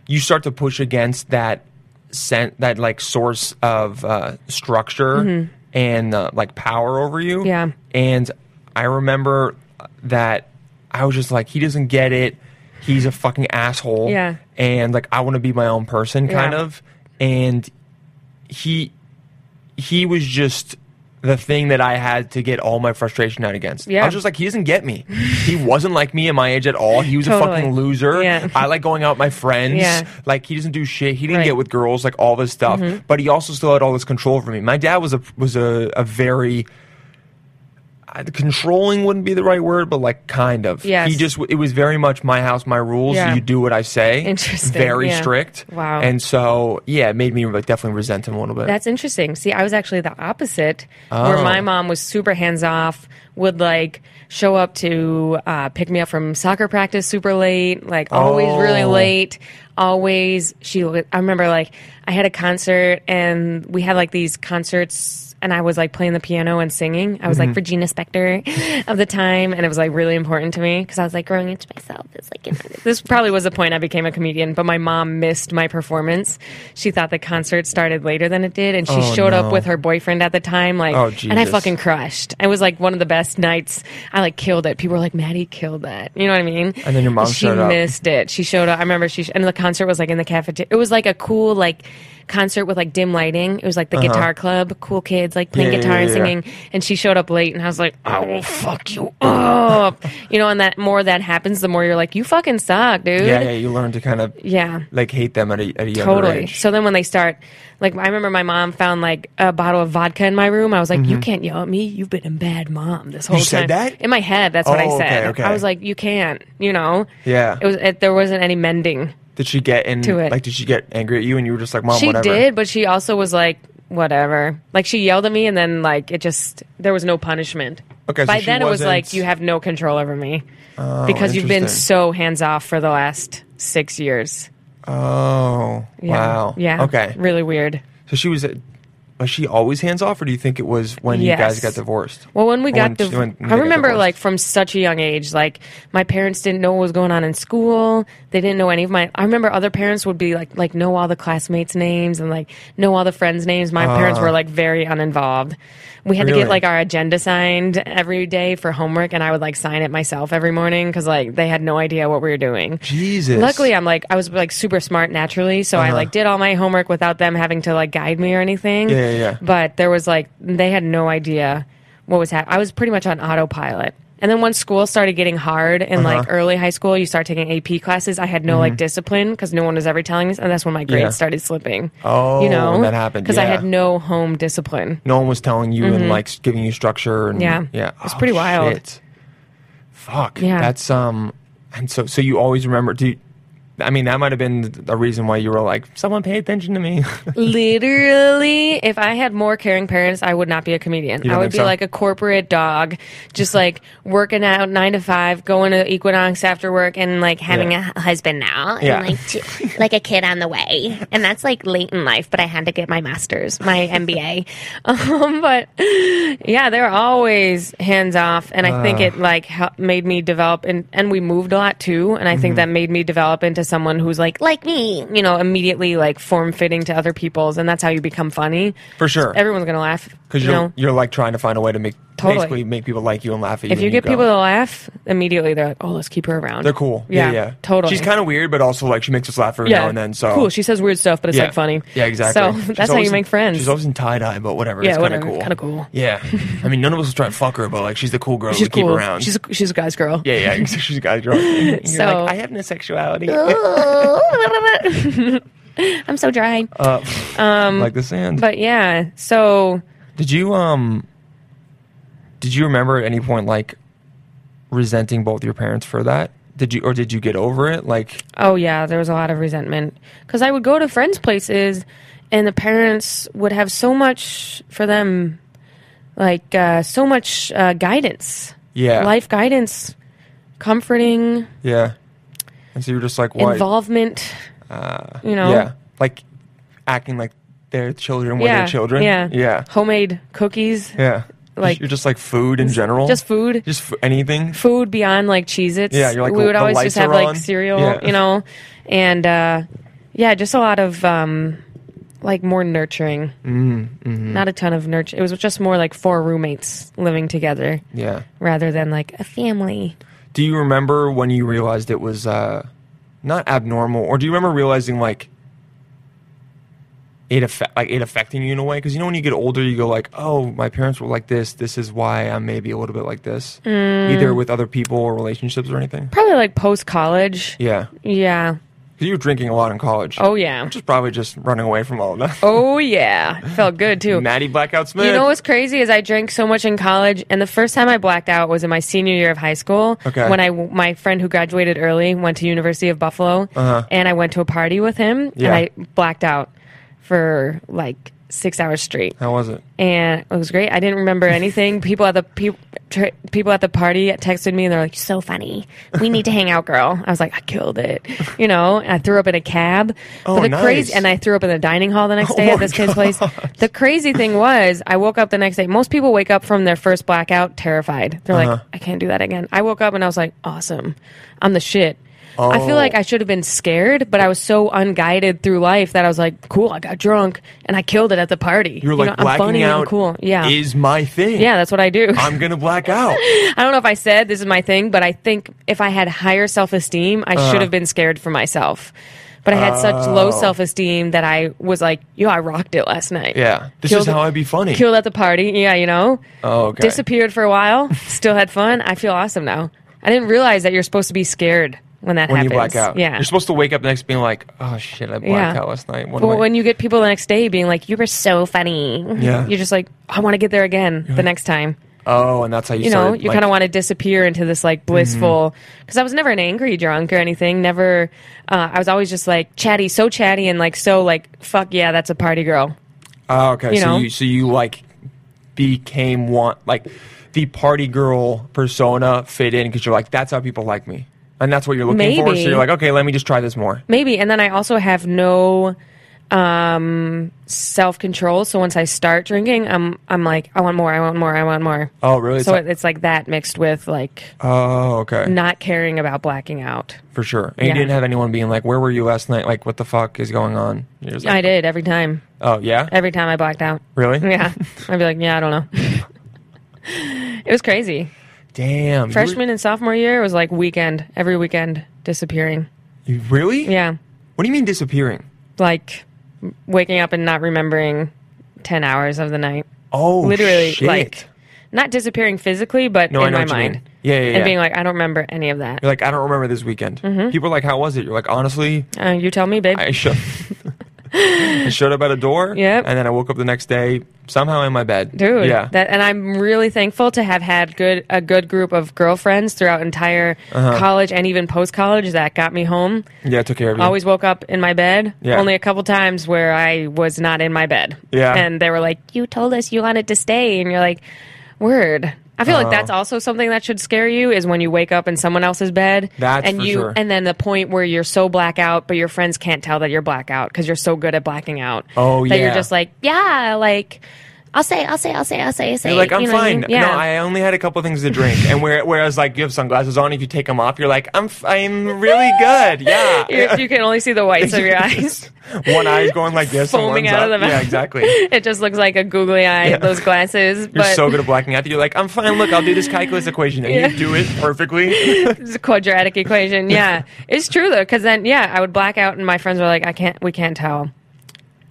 you start to push against that sent that like source of uh, structure and uh, like power over you. Mm-hmm. Yeah. and I remember that I was just like, he doesn't get it. He's a fucking asshole. Yeah. and like I want to be my own person, kind Yeah. of, and he he was just the thing that I had to get all my frustration out against. I Yeah. was just like, he doesn't get me. He wasn't like me at my age at all. He was a Totally. fucking loser. Yeah. I like going out with my friends. Yeah. Like he doesn't do shit. He didn't Right. Mm-hmm. get with girls. Like all this stuff. But he also still had all this control over me. My dad was a was a, a very uh, controlling wouldn't be the right word, but like kind of. Yes. He just w- it was very much my house, my rules. Yeah. You do what I say. Interesting, Very yeah. strict. Wow. And so yeah, it made me like, definitely resent him a little bit. That's interesting. See, I was actually the opposite, where Oh. my mom was super hands off, would like show up to uh, pick me up from soccer practice super late, like always really Oh. late. Always, she. would- I remember like I had a concert and we had like these concerts. And I was like playing the piano and singing. I was Mm-hmm. like Regina Spektor (laughs) of the time, and it was like really important to me because I was like growing into myself. It's like you know, this probably was the point I became a comedian, but my mom missed my performance. She thought the concert started later than it did, and she Oh, showed no. up with her boyfriend at the time, like, Oh, and I Jesus. fucking crushed. It was like one of the best nights. I like killed it. People were like, "Maddie killed that," you know what I mean? And then your mom she showed up. missed it. She showed up. I remember she sh- and the concert was like in the cafeteria. It was like a cool like concert with like dim lighting. It was like the guitar club, cool kids like playing Uh-huh. Yeah, yeah, guitar and yeah, yeah. singing and she showed up late and I was like, I will fuck you (laughs) up. you know, and that more that happens, the more you're like, you fucking suck, dude. yeah, yeah. You learn to kind of Yeah. like hate them at a, at a younger Totally. age. So then when they start, like, I remember my mom found like a bottle of vodka in my room. I was like, you can't yell at me. You've been a bad mom this whole time. Mm-hmm. said that? In my head, that's what I Oh, okay, said. okay. I was like, you can't, you know? Yeah. It was, it, there wasn't any mending. did she get in? To it. Like, did she get angry at you and you were just like, "Mom, she Oh, whatever"? did, but she also was like, whatever. Like, she yelled at me and then, like, it just, there was no punishment. Okay, so By she then, it was wasn't- Oh, like, you have no control over me. because you've been interesting. so hands off for the last six years. Oh, Yeah. wow. Yeah. Okay. Really weird. So she was. Was she always hands off, or do you think it was when you guys Yes. got divorced? Well, when we Or got when she- when- div- when I they got remember divorced? like from such a young age, like my parents didn't know what was going on in school. They didn't know any of my. I remember other parents would be like, like know all the classmates' names and like know all the friends' names. My parents were like very uninvolved. We had Ah. to Really? get like our agenda signed every day for homework, and I would like sign it myself every morning because like they had no idea what we were doing. Jesus. Uh-huh. Luckily, I'm like I was like super smart naturally, so I like did all my homework without them having to like guide me or anything. Yeah, yeah, yeah. But there was like they had no idea what was happening. I was pretty much on autopilot. And then once school started getting hard in Uh-huh. like early high school, you start taking AP classes. I had no like discipline because no one was ever telling us, and that's when my grades Mm-hmm. Yeah. started slipping. Oh, you know that happened, because I yeah. had no home discipline. no one was telling you and like s- giving you structure and Mm-hmm. Yeah. yeah. Oh, It's pretty wild. shit. Fuck. Yeah. That's um. And so, so you always remember? Do you, I mean, that might have been a reason why you were like, someone pay attention to me. (laughs) Literally, if I had more caring parents, I would not be a comedian. don't I would think be so? like a corporate dog, just like working out nine to five, going to Equinox after work, and like having Yeah. a husband now and Yeah. like two, like a kid on the way and that's like late in life but i had to get my master's my mba um, (laughs) but yeah, they were always hands off, and I Uh. think it like hel- made me develop, and and we moved a lot too, and I Mm-hmm. think that made me develop into someone who's like like like me you know immediately like form fitting to other people's, and that's how you become funny. For sure. everyone's gonna laugh Because you you're, know? you're like trying to find a way to make Totally. basically make people like you and laugh at you. If you and get go. people to laugh, immediately they're like, "Oh, let's keep her around." they're cool. Yeah, Yeah, yeah. totally. She's kind of weird, but also like she makes us laugh every now and then. So cool. She says weird stuff, but it's yeah. like funny. Yeah, exactly. So She's that's how always you in- make friends. She's always in tie dye, but whatever. Yeah, it's kind of whatever. cool. Kinda cool. Yeah. I mean, none of us will try to fuck her, but like she's the cool girl She's we keep cool. around. She's a, she's a guy's girl. yeah, yeah. She's a guy's girl. And You're So- Um, like, I have no sexuality. (laughs) i'm so dry like the sand. But yeah, so Did you um did you remember at any point like resenting both your parents for that? Did you or did you get over it? Like Oh yeah, there was a lot of resentment because I would go to friends' places, and the parents would have so much for them, like uh, so much uh, guidance, yeah. life guidance, comforting Yeah. And so you're just like why involvement. you know, Uh, Yeah. Like acting like their children were yeah, their children. yeah, Yeah. homemade cookies, Yeah. Like- you're just like food in general. just food. Just f- anything. food beyond like Cheez-Its. Yeah, you're like, we would the always lights just have are on. like cereal, Yeah. you know, and uh, yeah, just a lot of um, like more nurturing. Mm, mm-hmm. Not a ton of nurture. It was just more like four roommates living together Yeah. rather than like a family. Do you remember when you realized it was uh, not abnormal, or do you remember realizing like it affect like it affecting you in a way? Because you know when you get older, you go like, "Oh, my parents were like this. This is why I'm maybe a little bit like this." Mm. Either with other people or relationships or anything. Probably like post college. Yeah, Yeah. 'Cause you were drinking a lot in college. Oh yeah. which is probably just running away from all of that. Oh yeah. Felt good too. (laughs) Maddie Blackout Smith. Oh. You know what's crazy is I drank so much in college, and the first time I blacked out was in my senior year of high school. Okay. When I my friend who graduated early went to University of Buffalo, and I went to a party with him, Uh-huh. Yeah. and I blacked out for like six hours straight, How was it? and it was great. I didn't remember (laughs) anything. people at the pe- tr- people at the party texted me, and they're like, so funny we need to hang out, girl. I was like, I killed it. You know, and I threw up in a cab. Oh, but the nice. crazy, and I threw up in the dining hall the next (laughs) Oh, day my at this kid's place. gosh. The crazy thing was, I woke up the next day. Most people wake up from their first blackout terrified. They're Uh-huh. like, I can't do that again. I woke up and I was like, awesome. I'm the shit. I Oh. feel like I should have been scared, but I was so unguided through life that I was like, cool, I got drunk and I killed it at the party. You were like know, I'm blacking funny out. and cool. Yeah. is my thing. yeah, that's what I do. I'm gonna black out. (laughs) I don't know if I said this is my thing, but I think if I had higher self esteem, I Uh-huh. should have been scared for myself. But I had such Oh. low self esteem that I was like, yo, I rocked it last night. yeah, this is Killed- how I be funny. Killed at the party. Yeah, you know? oh, okay. Disappeared for a while, still had fun. I feel awesome now. I didn't realize that you're supposed to be scared when that when happens. you black out. Yeah. You're supposed to wake up next being like, oh shit, I blacked Yeah. out last night. What but am I-" when you get people the next day being like, you were so so funny yeah. You're just like, I want to get there again the next time. oh, and that's how you you know, started, you like- Mm-hmm. kind of want to disappear into this like blissful. Because I was never an angry drunk or anything. Never, uh, I was always just like chatty, so chatty and like so like fuck yeah, that's a party girl. Oh, okay. you so know. you so you like became one like the party girl persona fit in because you're like, that's how people like me. And that's what you're looking for. So Maybe. you're like, okay, let me just try this more. Maybe. And then I also have no um self control. So once I start drinking, I'm I'm like I want more, I want more, I want more. Oh, really? It's so like- it it's like that mixed with like Oh, okay. not caring about blacking out. For sure. And you Yeah. didn't have anyone being like, where were you last night? Like, what the fuck is going on? You're just like, I did every time. Oh, yeah? Every time I blacked out. (laughs) really? Yeah. I'd be like, yeah, I don't know. (laughs) it was crazy. Damn. you were- Freshman and sophomore year was like weekend, every weekend disappearing. you- really? Yeah. What do you mean disappearing? Like waking up and not remembering 10 hours of the night. Oh, Literally, shit. like, not disappearing physically, but No, I in know my what you mind. mean. Yeah, yeah, yeah. And being like, I don't remember any of that. Mm-hmm. You're like, I don't remember this weekend. People are like, how was it? You're like, honestly, (laughs) Uh, you tell me, babe. I should. I showed up at a door. Yep. And then I woke up the next day somehow in my bed. dude. Yeah. That, and I'm really thankful to have had good a good group of girlfriends throughout entire Uh-huh. college and even post college that got me home. yeah. I took care of you. Always woke up in my bed. Yeah. Only a couple times where I was not in my bed. Yeah. And they were like, "You told us you wanted to stay," and you're like, "Word." I feel Uh-huh. like that's also something that should scare you is when you wake up in someone else's bed. That's and for you sure. and then the point where you're so blackout, but your friends can't tell that you're blackout because you're so good at blacking out. Oh, that you're yeah. just like, yeah, like I'll say, I'll say, I'll say, I'll say, I'll say. You're like, I'm you know what I fine. mean? Yeah. No, I only had a couple things to drink. And where, whereas, like, you have sunglasses on. If you take them off, you're like, I'm, f- I'm really (laughs) good. (laughs) Yeah. you (laughs) you can only see the whites of your eyes. (laughs) One eye's going like this, and Foaming one's out of up. the mouth. Yeah, exactly. (laughs) It just looks like a googly eye. Those glasses, You're but so good at blacking out that you're like, I'm fine. Look, I'll do this calculus equation, and you do it (laughs) perfectly. it's a quadratic (laughs) equation. Yeah, it's true though, because then yeah, I would black out, and my friends were like, I can't, we can't tell,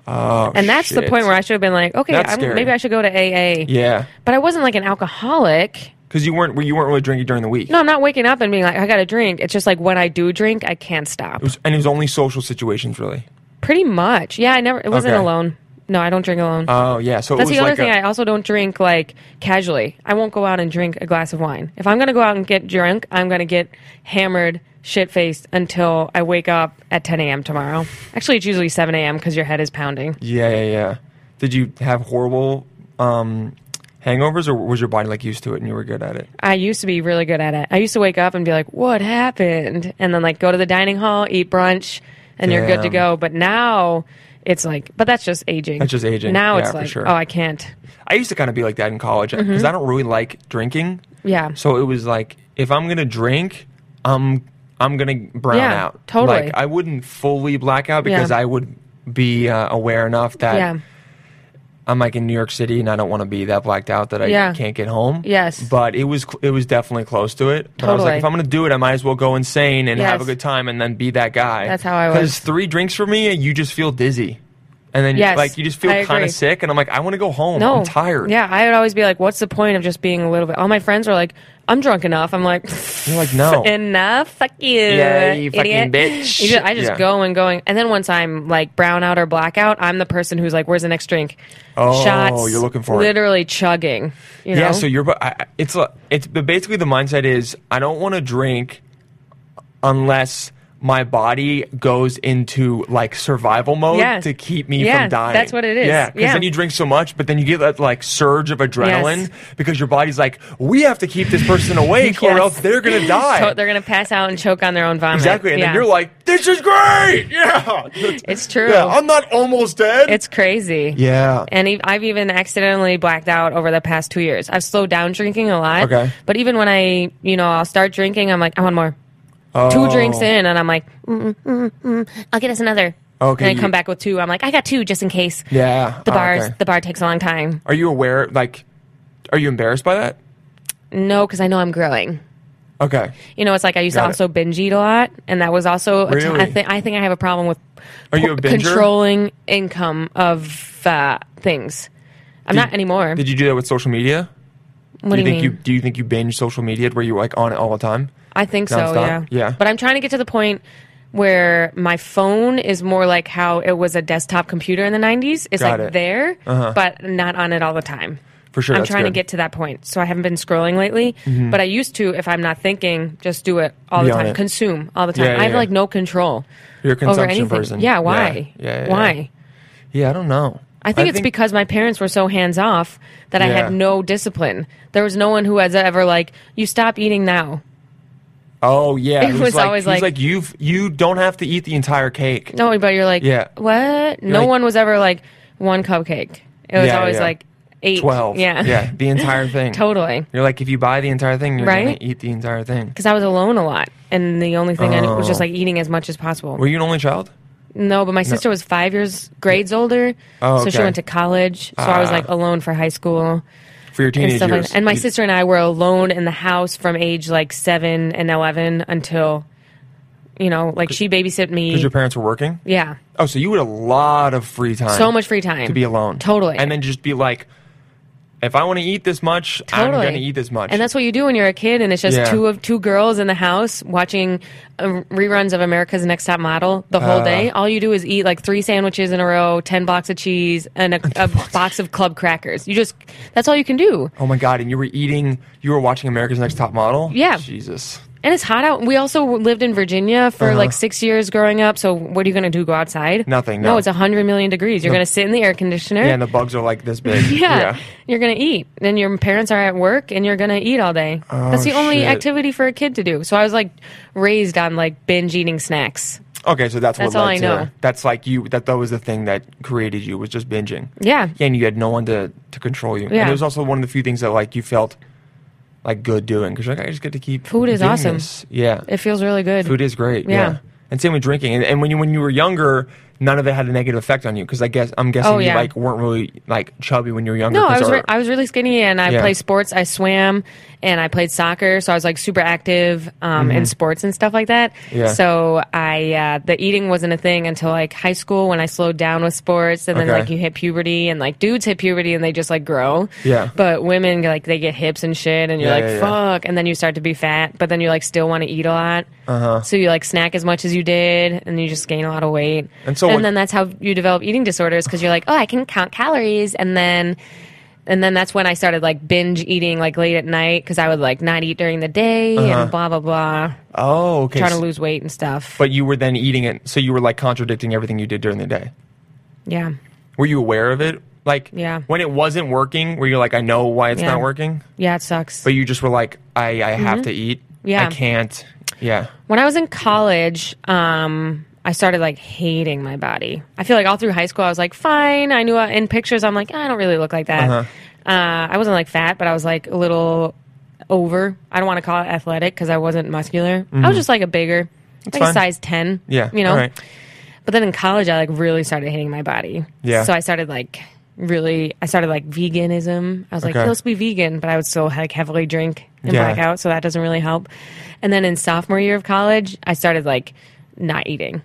Oh, and that's the shit. point where I should have been like, okay, That's I'm, scary. maybe I should go to AA. yeah, But I wasn't like an alcoholic. because you weren't, you weren't really drinking during the week. No, I'm not waking up and being like, I got to drink. It's just like when I do drink, I can't stop. It was, and it was only social situations, really. Pretty much. Yeah, I never. It wasn't Okay. alone. No, I don't drink alone. Oh yeah, so That's it was the other like thing. a- I also don't drink like casually. I won't go out and drink a glass of wine. If I'm gonna go out and get drunk, I'm gonna get hammered, shit faced until I wake up at 10 a.m. tomorrow. Actually, it's usually 7 a.m. because your head is pounding. yeah, yeah, yeah. Did you have horrible um, hangovers, or was your body like used to it and you were good at it? I used to be really good at it. I used to wake up and be like, "What happened?" and then like go to the dining hall, eat brunch, and you're good to Damn. go. But now. It's like, but that's just aging. That's just aging. Now Yeah, it's for like, sure. oh, I can't. I used to kind of be like that in college Mm-hmm. because I don't really like drinking. Yeah. So it was like if I'm gonna drink, I'm I'm gonna brown Yeah, out. totally. Like I wouldn't fully black out because Yeah. I would be uh, aware enough that yeah. I'm like in New York City and I don't want to be that blacked out that I Yeah. can't get home. Yes. But it was cl- it was definitely close to it. But I was Totally. like, if I'm gonna do it, I might as well go insane and have a Yes. good time and then be that guy. That's how I was. Because three drinks for me, you just feel dizzy. And then, Yes, like, you just I feel kind agree. of sick, and I'm like, I want to go home. No, I'm tired. Yeah, I would always be like, "What's the point of just being a little bit?" All my friends were like, "I'm drunk enough." I'm like, You're like, no. (laughs) "Enough? Fuck you, Oh. Yeah, you idiot." fucking bitch. You just- I just Yeah. go and going, and then once I'm like brown out or blackout, I'm the person who's like, "Where's the next drink?" Oh, Shots. you're looking for it. literally chugging. You know? Yeah, so you're. but I- I- It's a- it's but basically the mindset is I don't want to drink unless my body goes into like survival mode Yeah. to keep me Yeah, from dying. that's what it is. Yeah, because Yeah. then you drink so much, but then you get that like surge of adrenaline Yes. because your body's like, we have to keep this person awake or (laughs) Yes. else they're gonna die. So they're gonna pass out and choke on their own vomit. exactly, and Yeah. then you're like, this is great. (laughs) Yeah, "It's true." yeah, I'm not almost dead. it's crazy. yeah. And ev- I've even accidentally blacked out over the past two years. I've slowed down drinking a lot. Okay. But even when I, you know, I'll start drinking, I'm like, I want more. Oh. Two drinks in, and I'm like, mm, I'll get us another. Oh, Okay, and I you- come back with two. I'm like, I got two just in case. Yeah, The oh, bars, okay. the bar takes a long time. Are you aware? Like, are you embarrassed by that? No, because I know I'm growing. Okay. You know, it's like I used to Got it. also binge eat a lot, and that was also. a ti- Really? I think I think I have a problem with. Are po- you a binger? Controlling income of uh, things. I'm not anymore. Did you do that with social media? what do you do you think mean? you do you think you binge social media where you're like on it all the time? I think so, Nonstop? yeah. Yeah. But I'm trying to get to the point where my phone is more like how it was a desktop computer in the 90s. It's Got like it. there, but not on it all the time. For sure, I'm that's trying to good. Mm-hmm. get to that point. So I haven't been scrolling lately, but I used to, if I'm not thinking, just do it all Be the on time, it. consume all the time. Yeah, yeah, I have yeah. like no control You're a over consumption anything. person. Yeah, why? Yeah, yeah, yeah. why? Yeah, I don't know. I think it's because my parents were so hands off that I Yeah. had no discipline. There was no one who has ever like, you stop eating now. Oh yeah, (laughs) It he's was like, always he's like- like you you don't have to eat the entire cake. No, but you're like, Yeah. what? no like- one was ever like one cupcake. It was Yeah, always yeah. like eight, Twelve. Yeah, yeah, the entire thing. (laughs) totally. You're like if you buy the entire thing, you're Right? gonna eat the entire thing. Because I was alone a lot, and the only thing I knew was just Oh. like eating as much as possible. Were you an only child? no, but my sister was five years grades older, Oh, so she okay. went to college. So I was Ah. like alone for high school For your and teenage stuff like years. that. And my You- sister and I were alone in the house from age like seven and eleven until, you know, like she babysit me. because your parents were working? yeah, Oh, so you had a lot of free time. so much free time to be alone. Totally, And then just be like If I want to eat this much, I'm Totally. going to eat this much. And that's what you do when you're a kid, and it's just Yeah. two of two girls in the house watching uh, reruns of America's Next Top Model the whole day. Uh. All you do is eat like three sandwiches in a row, ten blocks of cheese, and a, (laughs) a box of club crackers. You just that's all you can do. oh my god! And you were eating, you were watching America's Next Top Model. Yeah. Jesus. And it's hot out. We also lived in Virginia Uh-huh. for like six years growing up. So what are you going to do? Go outside? Nothing, No, no. it's hundred million degrees. You're going to sit in the air conditioner. Yeah, and the bugs are like this big. (laughs) Yeah. You're going to eat. And your parents are at work and you're going to eat all day. That's the only Oh, shit. activity for a kid to do. So I was like raised on like binge eating snacks. Okay, so that's, That's what all led I to know. That's like you. That that was the thing that created you was just binging. Yeah. Yeah, and you had no one to to control you. And Yeah. it was also one of the few things that like you felt like good doing because like I just get to keep Food is doing awesome. this. Yeah, It feels really good. food is great. Yeah. Yeah. And same with drinking. And, and when you when you were younger, none of it had a negative effect on you because I guess I'm guessing Oh, you yeah. like weren't really like chubby when you were younger. No, 'cause I was our- re- I was really skinny, and I Yeah. played sports. I swam, and I played soccer, so I was like super active um, in sports and stuff like that. Mm-hmm. Yeah. So I uh, the eating wasn't a thing until like high school when I slowed down with sports, and then Okay. like you hit puberty, and like dudes hit puberty and they just like grow. Yeah. But women like they get hips and shit, and you're Yeah, like yeah, yeah. fuck, and then you start to be fat, but then you like still want to eat a lot. Uh-huh. So you like snack as much as you did, and you just gain a lot of weight. And so what- and then that's how you develop eating disorders because you're like, oh, I can count calories, and then and then that's when I started like binge eating like late at night because I would like not eat during the day Uh-huh. and blah blah blah, oh okay. trying to S- lose weight and stuff. But you were then eating it, so you were like contradicting everything you did during the day. yeah, Were you aware of it? Like Yeah. when it wasn't working, were you like, I know why it's Yeah. not working? yeah, it sucks. But you just were like, I, I have to eat. Yeah. I can't. Yeah. when I was in college, um, I started like hating my body. I feel like all through high school, I was like, fine. I knew I, in pictures, I'm like, "Ah, I don't really look like that. uh Uh-huh. I wasn't like fat, but I was like a little over. I don't want to call it athletic because I wasn't muscular. I was just like a bigger, like Mm-hmm. fine. a size 10. Yeah. You know? All right. But then in college, I like really started hating my body. Yeah. So I started like really, I started like veganism. I was like, Okay. okay. let's be vegan, but I would still like heavily drink and Yeah. black out, so that doesn't really help. And then in sophomore year of college, I started like not eating.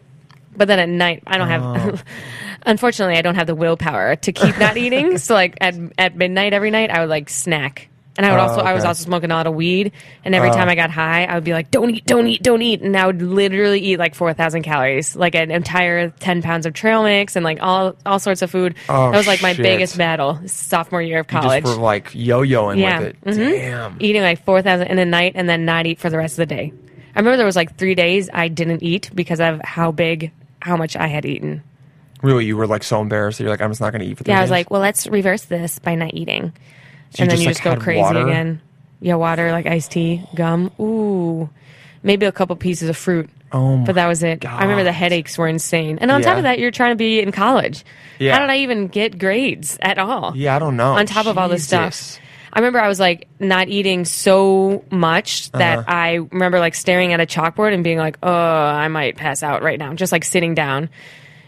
But then at night, I don't have. Oh. (laughs) unfortunately, I don't have the willpower to keep (laughs) not eating. so like at at midnight every night, I would like snack, and I would Oh, also I was okay. Oh. also smoking a lot of weed. And every time I got high, I would be like, "Don't eat, don't eat, don't eat," and I would literally eat like four thousand calories, like an entire ten pounds of trail mix and like all all sorts of food. Oh, that was like my shit. biggest battle sophomore year of college. You just were like yo yoing Yeah. with it. Mhm. Damn. eating like 4,000 in a night and then not eat for the rest of the day. I remember there was like three days I didn't eat because of how big, how much I had eaten. Really, you were like so embarrassed that you're like, I'm just not going to eat for three Yeah, I was days. like, well, let's reverse this by not eating. So and then just, you like, just go had crazy water? again. Yeah, water, like iced tea, gum. Ooh, maybe a couple pieces of fruit. Oh my but that was it. I remember the God. headaches were insane. And on Yeah. top of that, you're trying to be in college. Yeah. How did I even get grades at all? Yeah, I don't know. on top of all this Oh, Jesus. stuff. I remember I was like not eating so much Uh-huh. that I remember like staring at a chalkboard and being like, "Oh, I might pass out right now." Just like sitting down.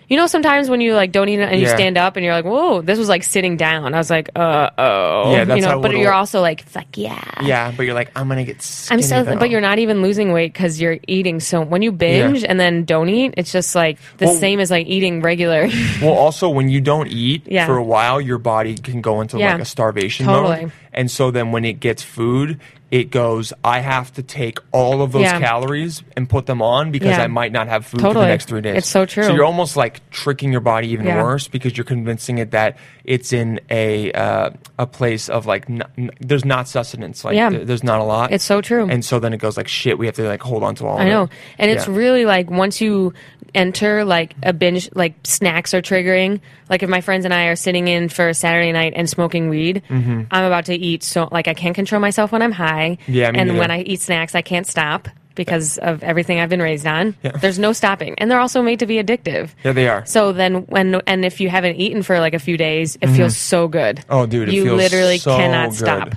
You know, sometimes when you like don't eat and you Yeah. stand up and you're like, "Whoa, this was like sitting down." I was like, "Uh oh," Yeah, that's you know. how but little- you're also like, Fuck yeah. Yeah, but you're like, I'm going to get skinny. "I'm so," though. but you're not even losing weight because you're eating so. When you binge and then don't eat, it's just like the Well- same as like eating regular. (laughs) Well, also when you don't eat Yeah. for a while, your body can go into Yeah. like a starvation mode, Totally. and so then when it gets food, it goes. I have to take all of those Yeah. calories and put them on because Yeah. I might not have food for the Totally. next three days. It's so true. So you're almost like tricking your body even Yeah. worse because you're convincing it that it's in a uh, a place of like n- n- there's not sustenance, like Yeah. th- there's not a lot. It's so true. And so then it goes like shit. We have to like hold on to all. I of know. it. And it's Yeah. really like once you enter like a binge, like snacks are triggering. Like if my friends and I are sitting in for Saturday night and smoking weed, Mm-hmm. I'm about to eat. So like I can't control myself when I'm high. Yeah, me and neither. when I eat snacks, I can't stop because of everything I've been raised on. There's no stopping. And they're also made to be addictive. Yeah, they are. So then when, and if you haven't eaten for like a few days, it feels so good. Mm-hmm. Oh, dude, it You feels literally so cannot good. stop.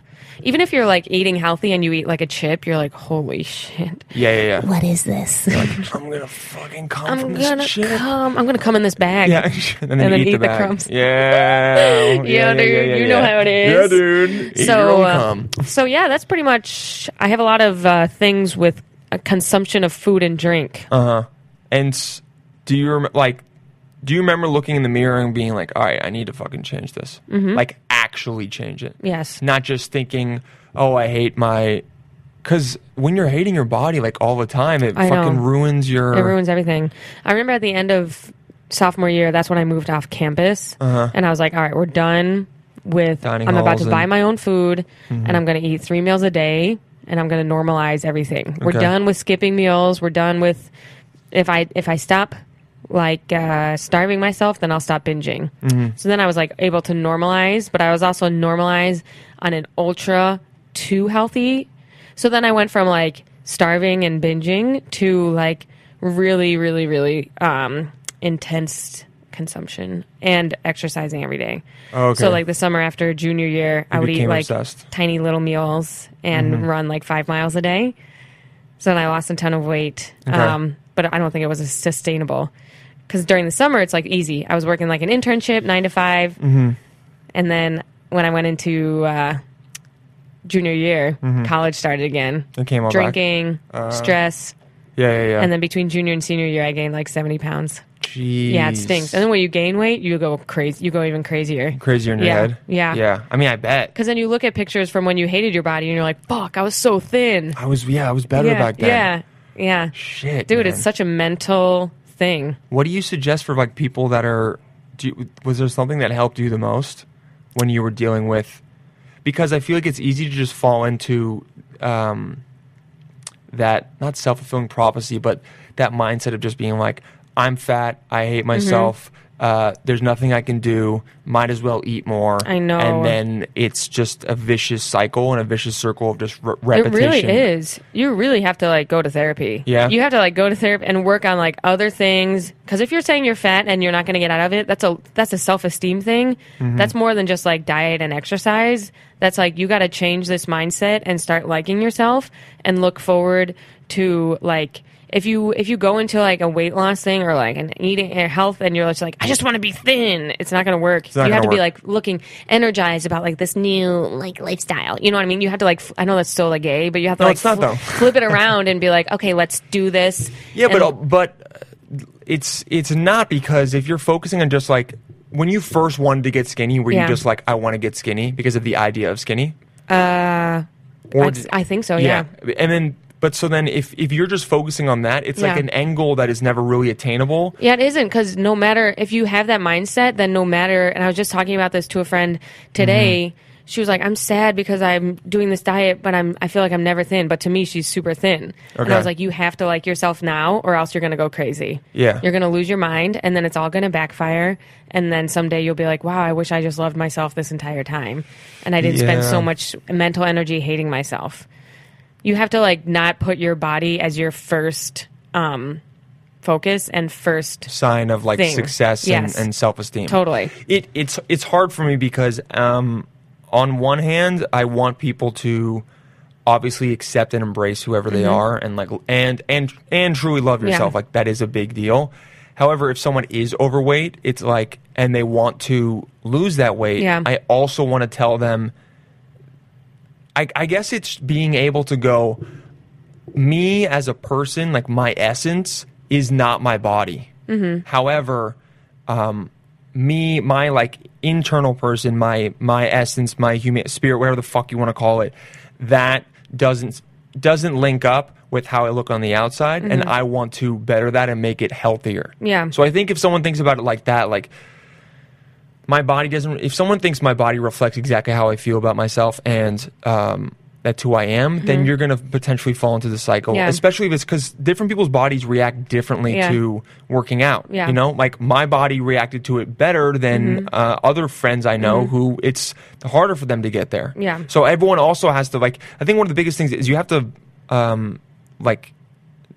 Even if you're like eating healthy and you eat like a chip, you're like, holy shit. Yeah, yeah, yeah. What is this? I'm gonna fucking come I'm from this gonna shit. come. I'm gonna come in this bag. Yeah, (laughs) and then, And then eat, the, eat the bag. (laughs) crumbs. Yeah, yeah, dude, you know how it Yeah, is. dude. Eat your So, own uh, cum. so yeah, that's pretty much. I have a lot of uh, things with uh, consumption of food and drink. Uh-huh. and s- do you rem- like? Do you remember looking in the mirror and being like, "All right, I need to fucking change this"? Like actually change it. Mm-hmm. Yes. Not just thinking, oh, I hate my. Because when you're hating your body like all the time, it I know. fucking ruins your. It ruins everything. I remember at the end of sophomore year, that's when I moved off campus, and I was like, "All right, we're done with. Uh-huh. Dining I'm about halls to buy and- my own food, and I'm going to eat three meals a day, and I'm going to normalize everything. We're Okay. done with skipping meals. We're done with if I if I stop." Like uh, starving myself, then I'll stop binging. So then I was like able to normalize, but I was also normalized on an ultra too healthy so then I went from like starving and binging to like really, really, really um, intense consumption and exercising every day. Oh, Okay. So like the summer after junior year, I would eat became like obsessed. Mm-hmm. tiny little meals and run like five miles a day. So then I lost a ton of weight, Okay. um, but I don't think it was sustainable. Because during the summer, it's like easy. I was working like an internship, nine to 5 Mm-hmm. and then when I went into uh, junior year, Mm-hmm. college started again. It came all back. Uh, drinking, stress, Yeah, yeah, yeah. and then between junior and senior year, I gained like seventy pounds. Jeez. Yeah, it stinks. And then when you gain weight, you go crazy. You go even crazier. Crazier in your Yeah, head. yeah. Yeah. I mean, I bet. Because then you look at pictures from when you hated your body, and you're like, "Fuck, I was so thin." I was, yeah, I was better yeah, back then. yeah, yeah. Shit. man. Dude, it's such a mental thing. What do you suggest for like people that are? Do you, was there something that helped you the most when you were dealing with? Because I feel like it's easy to just fall into um, that not self fulfilling prophecy, but that mindset of just being like, "I'm fat. I hate Mm-hmm. myself. Uh, there's nothing I can do. Might as well eat more." I know. And then it's just a vicious cycle and a vicious circle of just re- It repetition. really is. You really have to like go to therapy. Yeah. You have to like go to therapy and work on like other things. Because if you're saying you're fat and you're not going to get out of it, that's a that's a self esteem thing. Mm-hmm. That's more than just like diet and exercise. That's like you got to change this mindset and start liking yourself and look forward to like if you if you go into like a weight loss thing or like an eating or health and you're just like I just want to be thin, it's not going to work. not you gonna have to be work. like looking energized about like this new like lifestyle. You know what I mean? You have to like f- I know that's still like gay, but you have to No, like it's not, fl- though. flip it around and be like, okay, let's do this. (laughs) Yeah, but And- uh, but uh, it's it's not because if you're focusing on just like when you first wanted to get skinny, were Yeah. you just like I want to get skinny because of the idea of skinny? Uh, I, I think so. Yeah. and then but so then if if you're just focusing on that, it's like Yeah. an angle that is never really attainable. Yeah, it isn't because no matter if you have that mindset, then no matter. And I was just talking about this to a friend today. Mm-hmm. She was like, "I'm sad because I'm doing this diet, but I'm I feel like I'm never thin. But to me, she's super thin." And Okay. I was like, "You have to like yourself now, or else you're gonna go crazy. Yeah. you're gonna lose your mind, and then it's all gonna backfire. And then someday you'll be like, "Wow, I wish I just loved myself this entire time, and I didn't spend Yeah. so much mental energy hating myself." You have to like not put your body as your first um, focus and first Sign of like Thing. success Yes. and, and self esteem. Totally. It it's it's hard for me because um, on one hand, I want people to obviously accept and embrace whoever Mm-hmm. they are and like and and and truly love yourself. Like that is a big deal. However, if someone is overweight, it's like and they want to lose that weight, Yeah. I also want to tell them I, I guess it's being able to go, me as a person, like my essence is not my body. However, um, me, my like internal person, my my essence, my human spirit, whatever the fuck you want to call it, that doesn't doesn't link up with how I look on the outside, and I want to better that and make it healthier. Mm-hmm. Yeah. So I think if someone thinks about it like that, like my body doesn't if someone thinks my body reflects exactly how i feel about myself and um, that's who i am then you're going to potentially fall into the cycle Mm-hmm. Yeah. especially if it's because different people's bodies react differently Yeah. to working out Yeah. Mm-hmm. you know like my body reacted to it better than uh, other friends i know who it's harder for them to get there Yeah. so everyone also has to like i think one of the biggest things is you have to um, like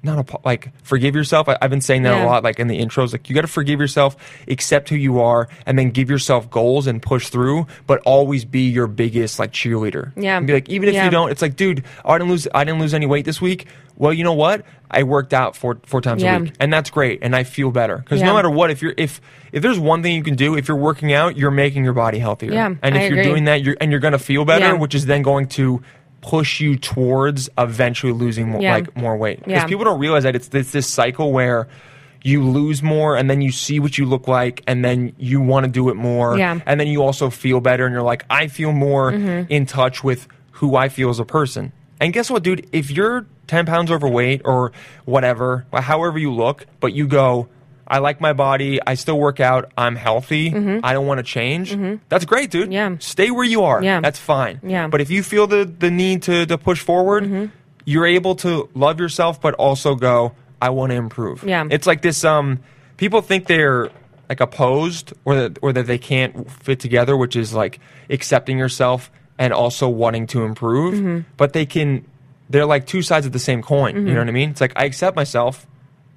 not a, like forgive yourself. I, I've been saying that a Yeah. lot, like in the intros. Like you got to forgive yourself, accept who you are, and then give yourself goals and push through. But always be your biggest like cheerleader. Yeah. and be like even if Yeah. you don't, it's like, dude, I didn't lose, I didn't lose any weight this week. Well, you know what? I worked out four four times Yeah. a week, and that's great, and I feel better because no Yeah. matter what, if you're if if there's one thing you can do, if you're working out, you're making your body healthier. Yeah, and if I you're agree. doing that, you're and you're gonna feel better, Yeah. which is then going to push you towards eventually losing more Yeah. like more weight because Yeah. people don't realize that it's, it's this cycle where you lose more and then you see what you look like and then you want to do it more Yeah. Mm-hmm. and then you also feel better and you're like i feel more Mm-hmm. in touch with who i feel as a person and guess what dude if you're 10 pounds overweight or whatever however you look but you go i like my body i still work out i'm healthy i don't want to change that's great dude Mm-hmm. Yeah. stay where you are Yeah. that's fine Yeah. but if you feel the the need to to push forward Mm-hmm. you're able to love yourself but also go i want to improve Yeah. it's like this um people think they're like opposed or that or that they can't fit together which is like accepting yourself and also wanting to improve Mm-hmm. but they can they're like two sides of the same coin you know what i mean it's like i accept myself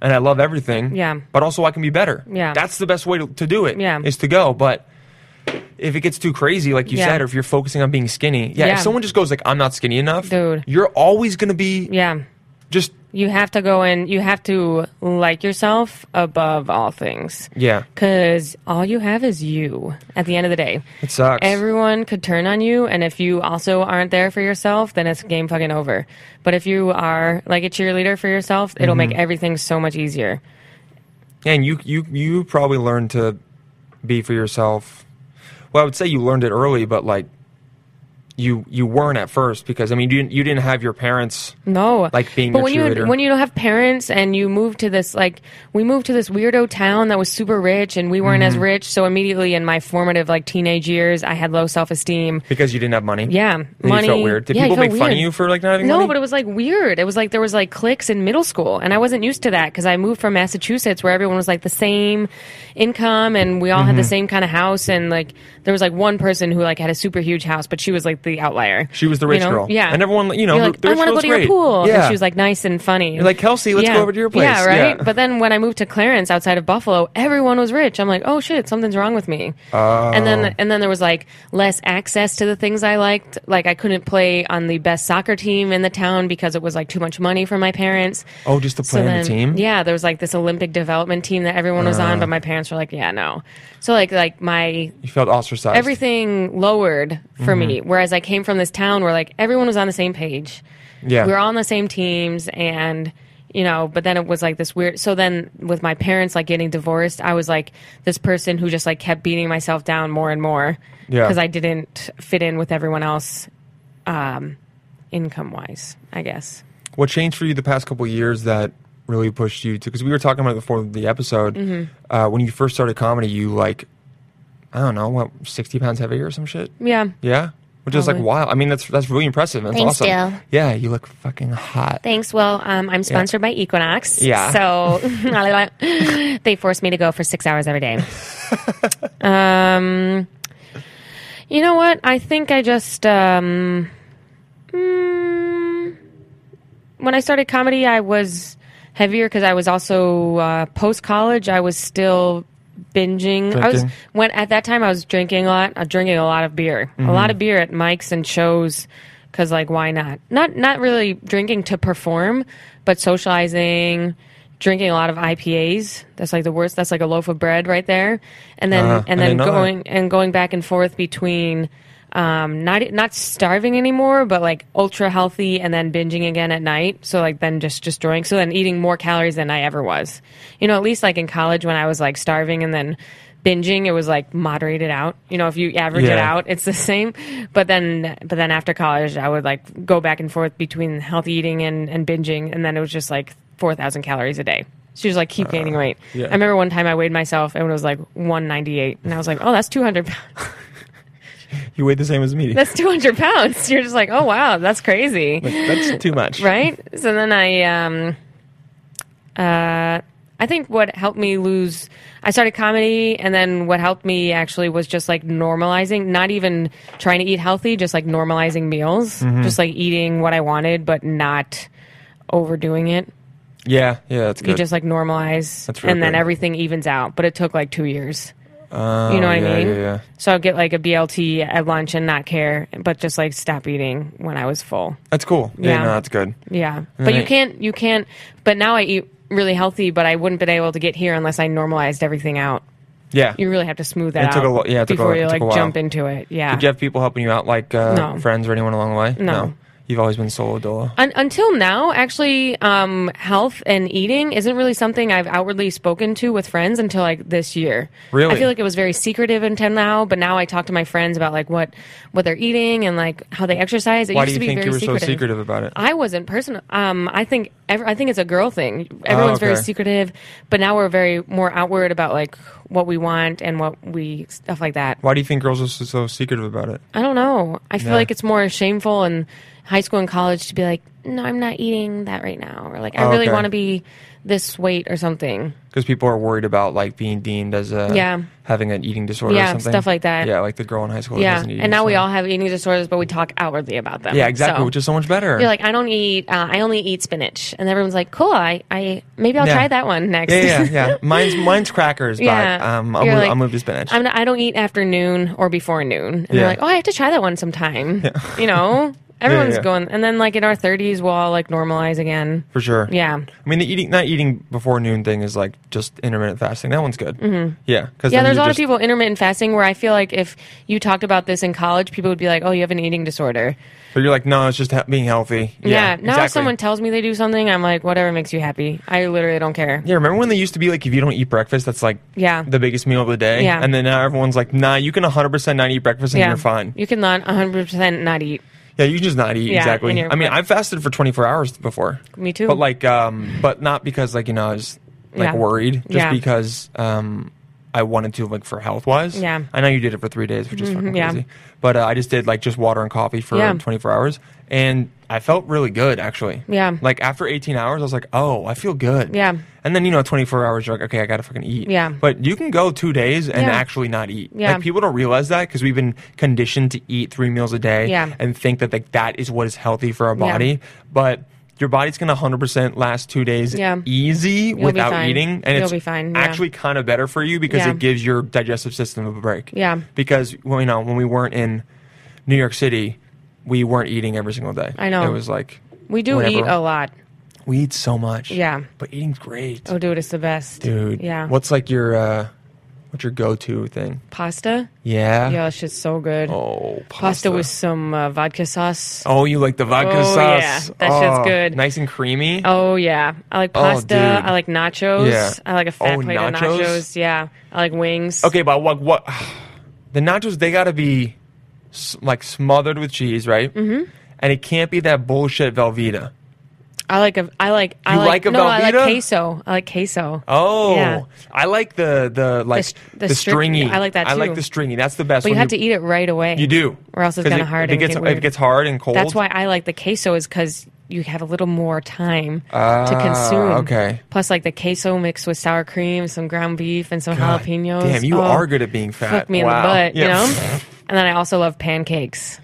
and i love everything Yeah. but also i can be better Yeah. that's the best way to, to do it Yeah. is to go but if it gets too crazy, like you Yeah. said, or if you're focusing on being skinny, yeah, Yeah. if someone just goes like, "I'm not skinny enough," Dude. you're always gonna be Yeah. just You have to go in, you have to like yourself above all things. yeah. Because all you have is you at the end of the day. It sucks. Everyone could turn on you, and if you also aren't there for yourself, then it's game fucking over. But if you are like a cheerleader for yourself, it'll make everything so much easier. and you you you probably learned to be for yourself. Well, I would say you learned it early, but like you you weren't at first because I mean you didn't, you didn't have your parents. No, Like being But a when you cheerleader. when you don't have parents and you move to this like we moved to this weirdo town that was super rich and we weren't Mm-hmm. as rich, so immediately in my formative like teenage years, I had low self esteem. Because you didn't have money. Yeah, And money. You felt weird. Did Yeah, you people felt make fun of weird. you for like not having No, money? but it was like weird. It was like there was like cliques in middle school, and I wasn't used to that because I moved from Massachusetts where everyone was like the same income, and we all had the Mm-hmm. same kind of house, and like there was like one person who like had a super huge house, but she was like the outlier. She was the rich you know? girl. Yeah, And everyone, you know, You're the- like the I rich want to go girl's to your great. pool. Yeah. And she was like nice and funny. You're like, "Kelsey, let's Yeah. go over to your place." Yeah, right. Yeah. But then when I moved to Clarence outside of Buffalo, everyone was rich. I'm like, oh shit, something's wrong with me. And Oh. then and then there was like less access to the things I liked. Like I couldn't play on the best soccer team in the town because it was like too much money for my parents. oh, just to play on the team. Uh. Yeah, there was like this Olympic development team that everyone was on, but my parents were like, yeah, no. So like like my You felt ostracized. everything lowered for me. Mm-hmm. Whereas I came from this town where like everyone was on the same page. Yeah. We were all on the same teams and you know, but then it was like this weird so then with my parents like getting divorced, I was like this person who just like kept beating myself down more and more Yeah. cuz I didn't fit in with everyone else um income wise, I guess. what changed for you the past couple of years that really pushed you to because we were talking about it before the episode Mm-hmm. uh, when you first started comedy you like i don't know what 60 pounds heavier or some shit Yeah. yeah which is like Probably. wow i mean that's that's really impressive that's Thanks, awesome Dale. yeah you look fucking hot Thanks. Well, um, I'm sponsored by Equinox. (laughs) Yeah. Oh. So they force me to go for six hours every day. You know what? I think I just um, mm, when I started comedy, I was heavier because I was also uh, post college. I was still binging. I was Drinking. when at that time I was drinking a lot. Uh, drinking a lot of beer, Mm-hmm. a lot of beer at mics and shows. Cause like why not? Not not really drinking to perform, but socializing, drinking a lot of IPAs. That's like the worst. That's like a loaf of bread right there. And then Uh, and I then didn't know that. going and going back and forth between um, not not starving anymore, but like ultra healthy, and then binging again at night. So like then just destroying. So then eating more calories than I ever was. You know, at least like in college when I was like starving and then binging, it was like moderated out. You know, if you average it Yeah. out, it's the same. But then but then after college, I would like go back and forth between healthy eating and and binging, and then it was just like four thousand calories a day. So you just like keep gaining weight. yeah. I remember one time I weighed myself and it was like 198, and I was like, oh, that's 200 pounds (laughs) you weigh the same as me that's 200 pounds. You're just like, oh, wow, that's crazy. (laughs) that's too much Right? So then I, um, uh, I think what helped me lose, I started comedy, and then what helped me actually was just like normalizing, not even trying to eat healthy, just like normalizing meals, Mm-hmm. just like eating what I wanted, but not overdoing it. yeah yeah that's good You just like normalize, That's really and then good. everything evens out. But it took like two years. Oh, You know what yeah, I mean? yeah, yeah. So I'd get like a BLT at lunch and not care, but just like stop eating when I was full. that's cool yeah, Yeah. no that's good Yeah. But you I- can't, you can't, but now I eat really healthy, but I wouldn't been able to get here unless I normalized everything out. yeah You really have to smooth that It out took a lo- yeah, it took a- before it you took like a while. jump into it. Yeah. did you have people helping you out like uh, No. friends or anyone along the way No. You've always been solo doula. Un- until now, actually, um, health and eating isn't really something I've outwardly spoken to with friends until like this year. Really? I feel like it was very secretive until now, but now I talk to my friends about like what what they're eating and like how they exercise. It Why used do you to be think very you were secretive. so secretive about it? I wasn't personal. Um, I think ev- I think it's a girl thing. Everyone's very Oh, okay. secretive, but now we're very more outward about like what we want and what we stuff like that. Why do you think girls are so, so secretive about it? I don't know. I feel Yeah. like it's more shameful in high school and college to be like, no, I'm not eating that right now, or like, I Oh, really okay. want to be this weight or something. Because people are worried about like being deemed as a Yeah. having an eating disorder or Yeah, something. stuff like that. Yeah, like the girl in high school. that yeah, has an eating and now we disorder. all have eating disorders, but we talk outwardly about them. Yeah, exactly, So which is so much better. you're like, I don't eat. Uh, I only eat spinach, and everyone's like, cool. I, I maybe I'll Yeah. try that one (laughs) next. yeah, yeah, (laughs) yeah. Mine's mine's crackers, but Yeah. um, I'll, You're move, like, I'll move to spinach. I'm not, I don't eat after noon or before noon. And Yeah. they're like, oh, I have to try that one sometime. You know, (laughs) everyone's yeah. going. And then, like, in our 30s, we'll all, like, normalize again. for sure. Yeah. I mean, the eating not eating before noon thing is like just intermittent fasting. That one's good. Mm-hmm. Yeah, because Yeah, there's a lot of people intermittent fasting where I feel like if you talked about this in college, people would be like, oh, you have an eating disorder. But you're like, no, it's just he- being healthy. Yeah. Yeah, now, exactly. if someone tells me they do something, I'm like, whatever makes you happy. I literally don't care. yeah, remember when they used to be like, if you don't eat breakfast, that's like Yeah. the biggest meal of the day. Yeah. and then now everyone's like, nah, you can 100 percent not eat breakfast and Yeah. you're fine. You can not 100% not eat. Yeah, you can just not eat Yeah, and exactly. you're- I mean, I've fasted for 24 hours before. Me too. But like, um, but not because like you know I was like Yeah. worried, just Yeah. because um, I wanted to like for health wise. Yeah. Mm-hmm, I know you did it for three days, which is fucking yeah. crazy. But uh, I just did like just water and coffee for Yeah. 24 hours, and I felt really good actually. Yeah. Like after 18 hours, I was like, oh, I feel good. Yeah. And then you know 24 hours, you're like, okay, I gotta fucking eat. Yeah. But you can go two days and Yeah. actually not eat. Yeah. Like people don't realize that because we've been conditioned to eat three meals a day Yeah. and think that like that is what is healthy for our Yeah. body but your body's going to 100% last two days Yeah. easy be without fine. eating and You'll it's be fine, yeah. actually kind of better for you because Yeah. it gives your digestive system a break Yeah. because well, you know when we weren't in new york city we weren't eating every single day I know. it was like We do whenever- eat a lot. we eat so much Yeah. but eating's great Oh, dude, it's the best. dude Yeah. what's like your uh what's your go-to thing Pasta? yeah Yeah, that shit's so good. Uh-huh. oh pasta, pasta. with some uh, vodka sauce. Oh. oh you like the vodka Oh, sauce yeah. That shit's Oh, good. nice and creamy yeah, I like Oh, pasta. dude. I like nachos. Yeah. I like a fat Oh, plate of nachos? nachos. Yeah, I like wings. Okay, but what what (sighs) the nachos they got to be s- like smothered with cheese, right? Mm-hmm. And it can't be that bullshit Velveeta. I like a. I like. I You like, like a no. I like Velveeta? queso. I like queso. Oh, Yeah. I like the the like s- the, the stri- stringy. I like that I like too. the stringy. That's the best. but you when have to eat it right away. You do, or else it's 'Cause gonna if- hard If it and gets get if weird. it gets hard and cold, That's why I like the queso is because you have a little more time to Ah, consume. okay. Plus, like the queso mixed with sour cream, some ground beef, and some God jalapenos. Damn, you Oh, are good at being fat. Fuck me in Wow. the butt, you Yeah. know. and then I also love pancakes.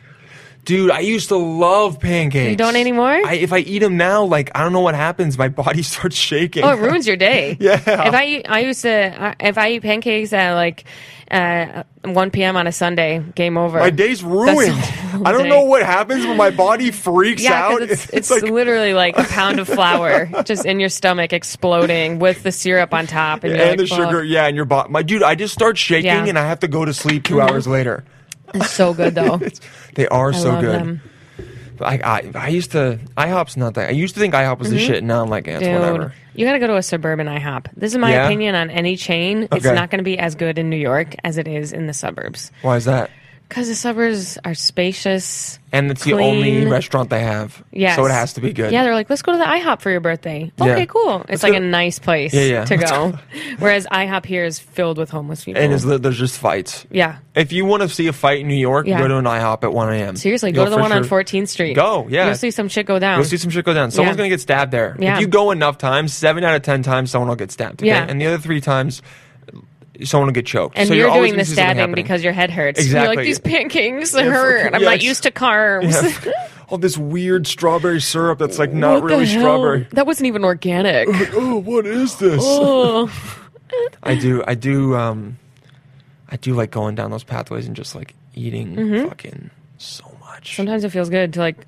Dude, I used to love pancakes. You don't anymore? I, if I eat them now, like I don't know what happens. My body (laughs) starts shaking. Oh, it ruins your day. (laughs) Yeah. If I eat- I used to I- if I eat pancakes at like uh, 1 p.m. on a Sunday, game over. My day's (laughs) ruined. whole I don't day. know what happens, but my body freaks (laughs) yeah, out. 'cause (laughs) it's, it's, literally like a pound of flour just in your stomach exploding with the syrup on top, and, you're and the like, "Fuck." sugar, yeah, and your body. My dude, I just start shaking Yeah. and I have to go to sleep two hours later. It's so (laughs) good though. They are I so love good. them. I, I I used to IHOP's not that. I used to think IHOP was the shit, and now I'm like, eh, it's Mm-hmm. Dude, whatever. you got to go to a suburban IHOP. This is my Yeah? opinion on any chain. It's Okay. not going to be as good in New York as it is in the suburbs. Why is that? Because the suburbs are spacious. And it's the Clean. only restaurant they have. Yes. So it has to be good. Yeah, they're like, let's go to the IHOP for your birthday. Yeah. Okay, cool. Let's It's like go- a nice place Yeah, yeah. to Let's go. (laughs) Whereas IHOP here is filled with homeless people. and it's, li- there's just fights. yeah. If you want to see a fight in New York, Yeah. go to an IHOP at 1 a.m. Seriously, go You'll to the for one on sure- 14th Street. Go, yeah. You'll see some shit go down. You'll see some shit go down. Someone's Um, Yeah. gonna get stabbed there. Yeah. If you go enough times, seven out of ten times, someone will get stabbed. Okay? Yeah. And the other three times, someone will get choked. and so you're, always doing gonna the see something stabbing happening. because your head hurts. You're Exactly. like, these pancakes Yeah, hurt. fucking- I'm yeah, not it's- used to carbs. (laughs) (laughs) Yeah. All this weird strawberry syrup that's like not What the really hell? strawberry. That wasn't (laughs) even organic. Oh, what is this? Oh. Ugh. I do, I do, um, I do like going down Mm-hmm. those pathways and just like eating fucking so much. Sometimes it feels good to like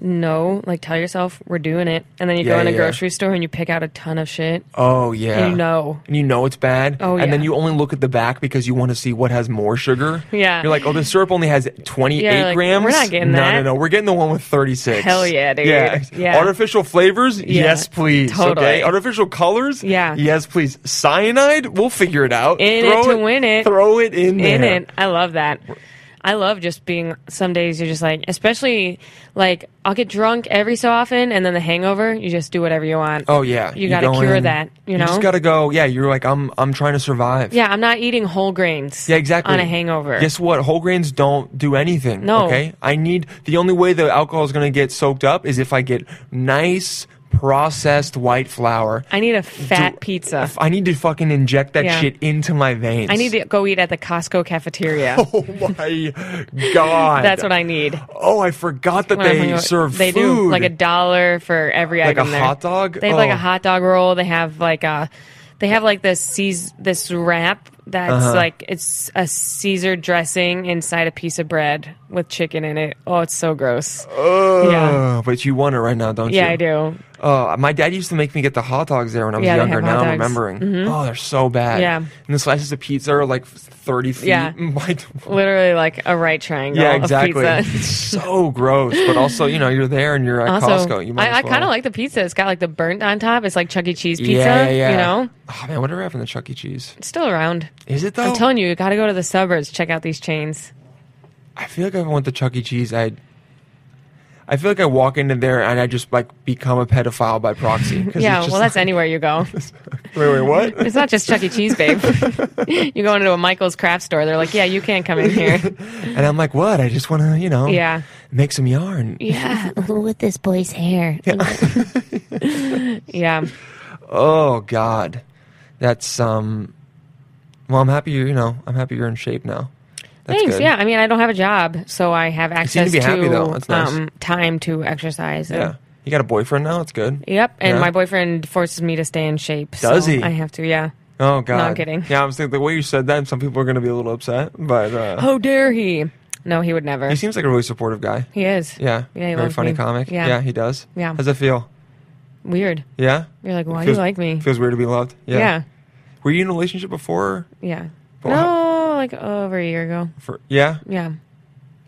no, like tell yourself we're doing it, and then you go Yeah, in a yeah. grocery store and you pick out a ton of shit. Oh yeah. And you know. And you know it's bad. Oh, And then yeah. you only look at the back because you want to see what has more sugar. Yeah. You're like, oh, the syrup only has 28 Yeah, like, grams. we're not getting no, that. No, no, We're getting the one with 36. Hell yeah, dude. Yeah. Yeah. Artificial flavors? Yes, please. totally. Okay. Artificial colors? Yeah. Yes, please. Cyanide? We'll figure it out. In throw it to win it. Throw it in there. in it. I love that. I love just being. Some days you're just like, especially like I'll get drunk every so often, and then the hangover. You just do whatever you want. Oh yeah. you, gotta go cure in, that. You know, just gotta go. Yeah, you're like, I'm I'm trying to survive. yeah. I'm not eating whole grains. Yeah, exactly. On a hangover. Guess what? Whole grains don't do anything. No. Okay. I need the only way the alcohol is going to get soaked up is if I get nice processed white flour. I need a fat Do- pizza. If I need to fucking inject that Yeah. shit into my veins. I need to go eat at the Costco cafeteria. (laughs) Oh my god. That's what I need. Oh, I forgot that When I'm they hungover. serve they food. do like a dollar for every Like item a there. hot dog? They have like Oh. a hot dog roll. They have like a they have like this Caes- this wrap that's Uh-huh. like it's a Caesar dressing inside a piece of bread with chicken in it. Oh, it's so gross. Ugh, yeah. But you want it right now, don't Yeah, you? I do. Uh, my dad used to make me get the hot dogs there when I was Yeah, they younger. have hot Now I'm dogs. Mm-hmm. remembering. Oh, they're so bad. Yeah. And the slices of pizza are like 30 feet. Yeah. (laughs) wide. Literally like a right triangle yeah, of exactly. pizza. (laughs) It's (laughs) so gross. But also, you know, you're there and you're at Also, Costco. You might I, I as well. kind of like the pizza. It's got like the burnt on top. It's like Chuck E. Cheese pizza. Yeah, yeah, yeah. You know, Oh, man, whatever happened to Chuck E. Cheese? it's still around. Is it though? I'm telling you, you got to go to the suburbs. Check out these chains. I feel like if I went to Chuck E. Cheese, I'd. I feel like I walk into there and I just like become a pedophile by proxy. 'Cause Yeah, it's just well, that's like- anywhere (laughs) you go. Wait, wait, what? It's not just Chuck E. Cheese, babe. (laughs) you go into a Michael's craft store. They're like, yeah, you can't come in here. (laughs) and I'm like, what? I just want to, you know, Yeah. make some yarn. Yeah, Uh, with this boy's hair. Yeah. Oh God, that's um. Well, I'm happy you. You know, I'm happy you're in shape now. That's Thanks. good. Yeah. I mean, I don't have a job, so I have access be happy, though. to That's nice. um, time to exercise. and- Yeah. You got a boyfriend now. It's good. Yep. And Yeah. my boyfriend forces me to stay in shape. so Does he? I have to, yeah. Oh God. No, I'm kidding. Yeah, I was thinking the way you said that, some people are going to be a little upset, but uh, How dare he? No, he would never. he seems like a really supportive guy. He is. Yeah. Yeah, he Very loves funny me. comic. Yeah. Yeah, he does. Yeah. How's it feel? Weird. Yeah. You're like, why do Feels- you like me? Feels weird to be loved. Yeah. yeah. Were you in a relationship before? Yeah. Well, how- no, like over a year ago. For yeah. Yeah.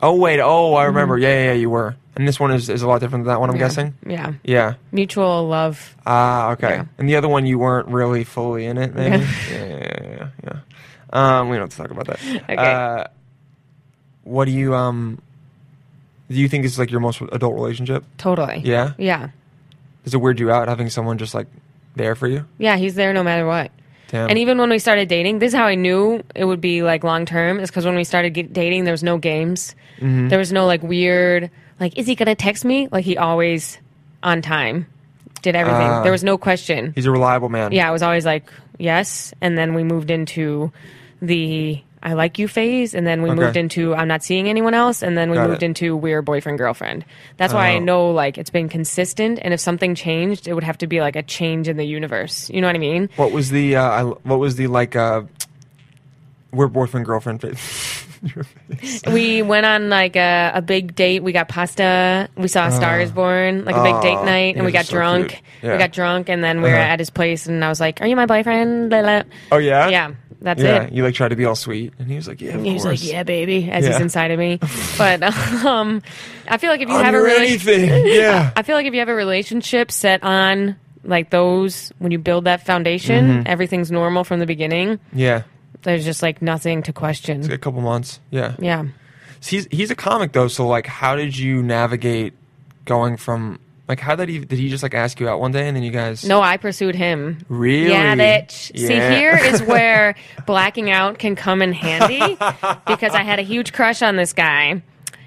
Oh wait. Oh, I remember. Yeah, yeah, yeah. You were. And this one is, is a lot different than that one. I'm Mm-hmm. Yeah. guessing. Yeah. Yeah. Mutual love. Ah, okay. Yeah. And the other one, you weren't really fully in it, maybe. Yeah. yeah, yeah, yeah, yeah, yeah. Um, we don't have to talk about that. (laughs) Okay. Uh, what do you um? Do you think is like your most adult relationship? Totally. Yeah. Yeah. Does it weird you out having someone just like there for you? Yeah, he's there no matter what. Damn. And even when we started dating, this is how I knew it would be like long term is because when we started get dating, there was no games. Mm-hmm. There was no like weird, like, is he going to text me? Like, he always on time did everything. Ah. there was no question. he's a reliable man. Yeah, I was always like, yes. And then we moved into the I like you phase. And then we Okay. moved into I'm not seeing anyone else. And then we Got moved it. into we're boyfriend, girlfriend. That's why Oh. I know like it's been consistent. And if something changed, it would have to be like a change in the universe. You know what I mean? What was the uh, I, what was the like uh, we're boyfriend girlfriend face? Your face. we went on like a, a big date. We got pasta. We saw Stars Born, like a big Aw, date night, and we you guys got are Uh, oh, so drunk. cute. We Yeah. got drunk, and then we were Uh-huh. at his place, and I was like, "Are you my boyfriend?" Blah, blah. (laughs) Oh yeah. Yeah, that's yeah. it. You like tried to be all sweet, and he was like, yeah. Of He was course. like, "Yeah, baby," as he's Yeah. inside (laughs) of me. But um, I feel like if you I'm have a your relationship, (laughs) anything. Yeah. I feel like if you have a relationship set on like those, when you build that foundation, Mm-hmm. everything's normal from the beginning. yeah. There's just like nothing to question. A couple months. Yeah. Yeah. he's he's a comic though so like how did you navigate going from like how did he did he just like ask you out one day and then you guys No, I pursued him. Really? Yeah, bitch. See, Yeah. here (laughs) is where blacking out can come in handy because I had a huge crush on this guy.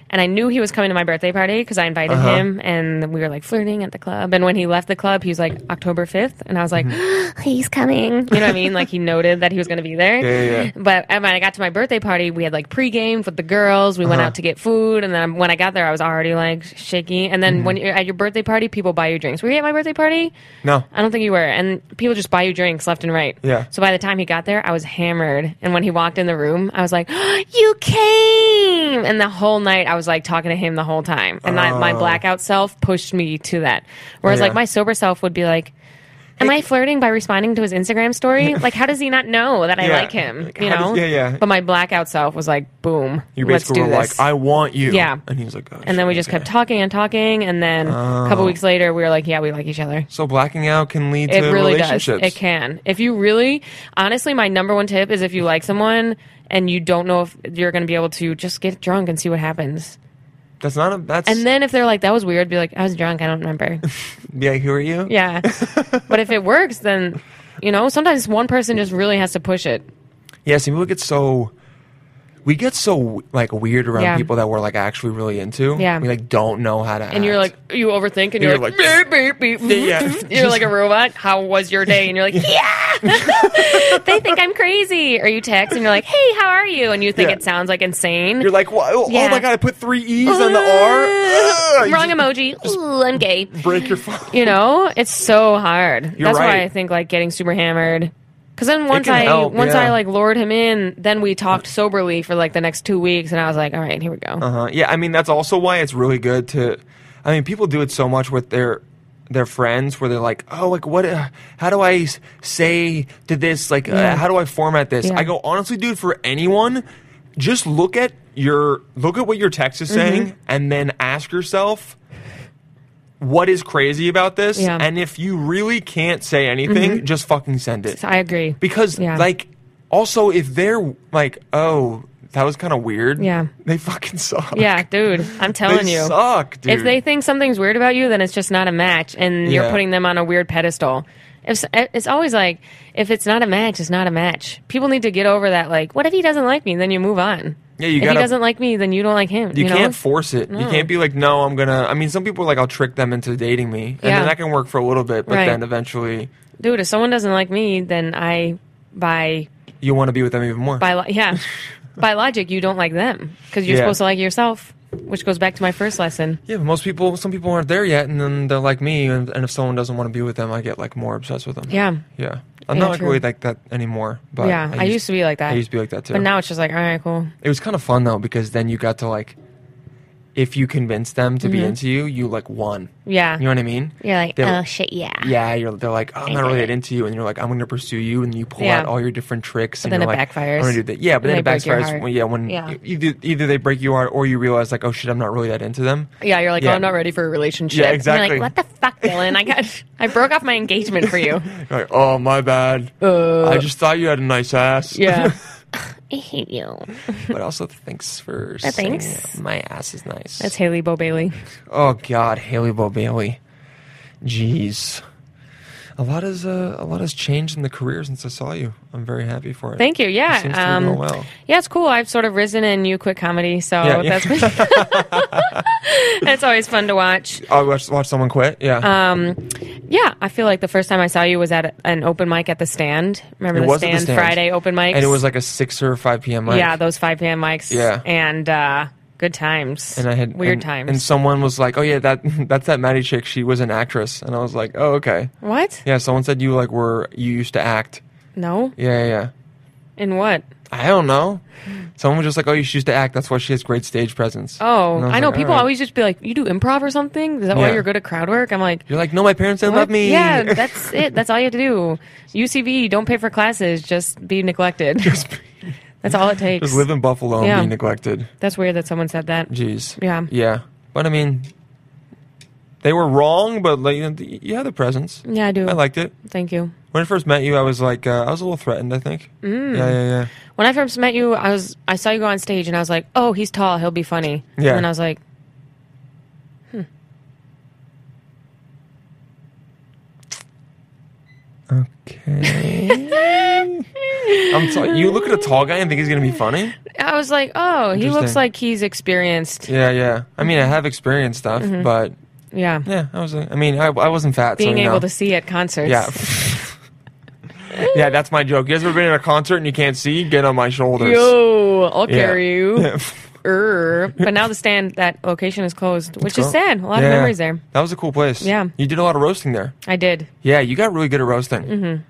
And I knew he was coming to my birthday party because I invited Uh-huh. him and we were like flirting at the club. And when he left the club, he was like, October 5th. And I was like, (gasps) He's coming. you know what I mean? Like he noted that he was going to be there. Mm-hmm. Yeah, yeah, yeah. But and when I got to my birthday party, we had like pre-games with the girls. We went Uh-huh. out to get food, and then when I got there, I was already like shaky. And Mm-hmm. then when you're at your birthday party, people buy you drinks. Were you at my birthday party? No. I don't think you were. And people just buy you drinks left and right. Yeah. So (gasps) by the time he got there, I was hammered. And when he walked in the room, I was like, "You came!" dream, and the whole night I was like talking to him the whole time, and I, my blackout self pushed me to that. Whereas Oh. Yeah. like my sober self would be like. Am I flirting by responding to his Instagram (laughs) story? Like, how does he not know that I Yeah. like him? Like, You how know? does- yeah, yeah. But my blackout self was like, boom. You let's basically do were this. like, I want you. Yeah. And he was like, oh, and then we shit, just okay. kept talking and talking. And then a Oh. couple weeks later, we were like, yeah, we like each other. So blacking out can lead It to really does. relationships. It can. If you really, honestly, my number one tip is if you like someone and you don't know if you're going to be able to, just get drunk and see what happens. That's not a, that's, And then if they're like, that was weird, be like, I was drunk. I don't (laughs) remember. yeah, who are you? Yeah. but if it works, then, you know, sometimes one person just really has to push it. Yeah, see, people get so we get so like weird around Yeah. people that we're like actually really into. Yeah. we like don't know how to. And you're like, you overthink and you're, You're like, like- beep, beep, beep. Yeah. (laughs) You're like a robot. How was your day? And you're like, yeah. (laughs) they think I'm crazy. Or you text and you're like, hey, how are you? And you think Yeah. it sounds like insane. you're like, "Wha- oh, oh Yeah. my god, I put three e's on the r. (laughs) Ugh, (laughs) Wrong you emoji. Ooh, I'm gay. break your phone. You know, it's so hard. You're That's right. why I think like getting super hammered. Because then once can I help, once yeah. I like lured him in, then we talked soberly for like the next two weeks, and I was like, all right, here we go. Uh-huh. Yeah, I mean that's also why it's really good to. I mean, people do it so much with their their friends where they're like, oh, like what? Uh, how do I s- say to this? Like, uh, how do I format this? Yeah. I go honestly, dude. For anyone, just look at your look at what your text is saying, Mm-hmm. and then ask yourself. What is crazy about this? Yeah. Mm-hmm. And if you really can't say anything, just fucking send it. So I agree. Because Yeah. like also if they're like, oh, that was kind of weird. Yeah. They fucking suck. yeah, dude, I'm telling They you, suck, dude. if they think something's weird about you, then it's just not a match, and Yeah. you're putting them on a weird pedestal. If, s- eh, it's always like, if it's not a match, it's not a match. People need to get over that. Like, what if he doesn't like me? Then you move on. Yeah, you if gotta- he doesn't like me, then you don't like him. you, You, can't know? force it. You can't be like, no, I'm gonna. I mean, some people are like, I'll trick them into dating me, and Yeah. then that can work for a little bit, but Right. then eventually dude, if someone doesn't like me, then I, by you want to be with them even more. by lo- (laughs) yeah, by logic, you don't like them because you're Yeah. supposed to like yourself, which goes back to my first lesson. Yeah, but most people, some people aren't there yet, and then they're like me, and, and if someone doesn't want to be with them, I get like more obsessed with them. Yeah, yeah. I'm Yeah, not like, true. really like that anymore. But yeah. I, used, to be like that. I used to be like that too. but now it's just like, all right, cool. it was kind of fun though because then you got to like, if you convince them to be into you, you like won. Mm-hmm. Yeah, You know what I mean? You're like, They- oh shit, yeah. Yeah, you're, they're like, oh, I'm not really that into you, and you're like, I'm going to pursue you, and you pull Yeah. out all your different tricks, and then you're it like, backfires. I'm going to do that. Yeah, but And then it they break your backfires. heart. When, yeah, when Yeah. e- Either, either they break you out, or you realize like, oh shit, I'm not really that into them. yeah. You're like, Yeah. oh, I'm not ready for a relationship. Yeah, And you're exactly. like, what the fuck, Dylan? (laughs) I got, I broke off my engagement for you. You're like, oh my bad. I just thought you had a nice ass. Uh. Yeah, I hate you. (laughs) but also thanks for Uh, saying thanks. it. my ass is nice. that's Haley Bo Bailey. oh God, Haley Bo Bailey. Jeez, a lot has uh, a lot has changed in the career since I saw you. I'm very happy for it. Thank you. Yeah. um, It seems to be going well. Yeah, it's cool. I've sort of risen in new quick comedy, so Yeah, yeah. (laughs) that's been- (laughs) it's always fun to watch. Oh, I watched watch someone quit. Yeah. Um, yeah, I feel like the first time I saw you was at a- an open mic at the stand. Remember It the was at stand, the Stand. Friday open mics? and it was like a six or five p.m. mic. yeah, those five p.m. mics. Yeah. and uh, good times. and I had weird and- times. And someone was like, "Oh yeah, that (laughs) that's that Maddie chick. She was an actress." And I was like, "Oh okay." what? Yeah. Someone said you like were you used to act. No, Yeah, yeah. yeah. in what? I don't know. Someone was just like, "Oh, she used to act. That's why she has great stage presence." Oh, And I, was know like, people "All right." always just be like, "You do improv or something? Is that Yeah. why you're good at crowd work?" I'm like, You're like, "No, my parents didn't What? love me." (laughs) Yeah, that's it. That's all you have to do. UCB, don't pay for classes. Just be neglected. (laughs) that's all it takes. just live in Buffalo and Yeah. be neglected. that's weird that someone said that. Jeez. Yeah. Yeah. But I mean, they were wrong. But like, you, know, you had the presence. Yeah, I do. I liked it. Thank you. When I first met you, I was like, uh, I was a little threatened. I think. Mm. Yeah, yeah, yeah. When I first met you, I was I saw you go on stage and I was like, "Oh, he's tall. He'll be funny." Yeah. And then I was like, Okay. I'm t- you look at a tall guy and think he's gonna be funny. I was like, "Oh, he looks Interesting. like he's experienced." Yeah, yeah. I mean, I have experienced stuff, but Yeah. yeah, I was. uh, I mean, I, I wasn't fat. Mm-hmm. Being so, you able know. to see at concerts. Yeah. (laughs) yeah, that's my joke. You guys ever been at a concert and you can't see? Get on my shoulders. Yo, (laughs) I'll Yeah. carry you. Er. But now the stand that location is closed, which is Cool. sad. A lot Yeah. of memories there. That was a cool place. Yeah. You did a lot of roasting there. I did. Yeah, you got really good at roasting. Mm-hmm.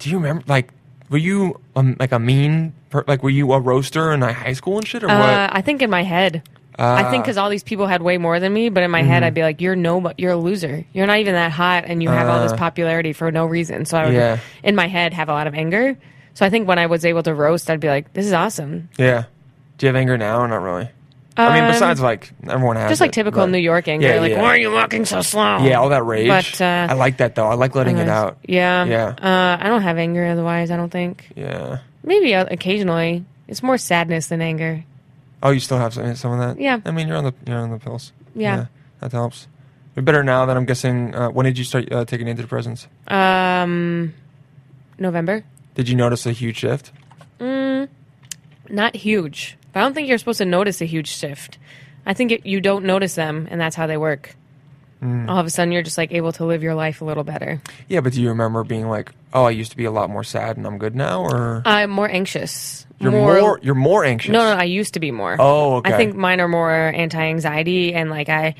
Do you remember? Like, were you um, like a mean Per, like, were you a roaster in like, high school and shit, or Uh, what? Uh, I think in my head. I think because all these people had way more than me, but in my mm-hmm. head, I'd be like, "You're no, you're a loser. You're not even that hot, and you have all this Uh, popularity for no reason." So I would, yeah. in my head, have a lot of anger. So I think when I was able to roast, I'd be like, "This is awesome." Yeah. Do you have anger now, or not really? I mean, Um, besides like everyone has Just like it, typical but- New York anger, Yeah, like yeah. why are you walking so slow? Yeah, all that rage. But, uh, I like that though. I like letting it out. Yeah, Yeah. Uh, I don't have anger otherwise. I don't think. yeah. Maybe uh, occasionally. It's more sadness than anger. Oh, you still have some, some of that? Yeah. I mean, you're on the you're on the pills. Yeah. that helps. You're better now than I'm guessing. Uh, when did you start uh, taking antidepressants? Um, November. Did you notice a huge shift? not huge. But I don't think you're supposed to notice a huge shift. I think it, you don't notice them, and that's how they work. Mm. All of a sudden, you're just like able to live your life a little better. Yeah, but do you remember being like, "Oh, I used to be a lot more sad, and I'm good now," or I'm more anxious. you're more, you're more anxious? Uh, No, no, I used to be more. Oh, okay. I think mine are more anti-anxiety, and like I,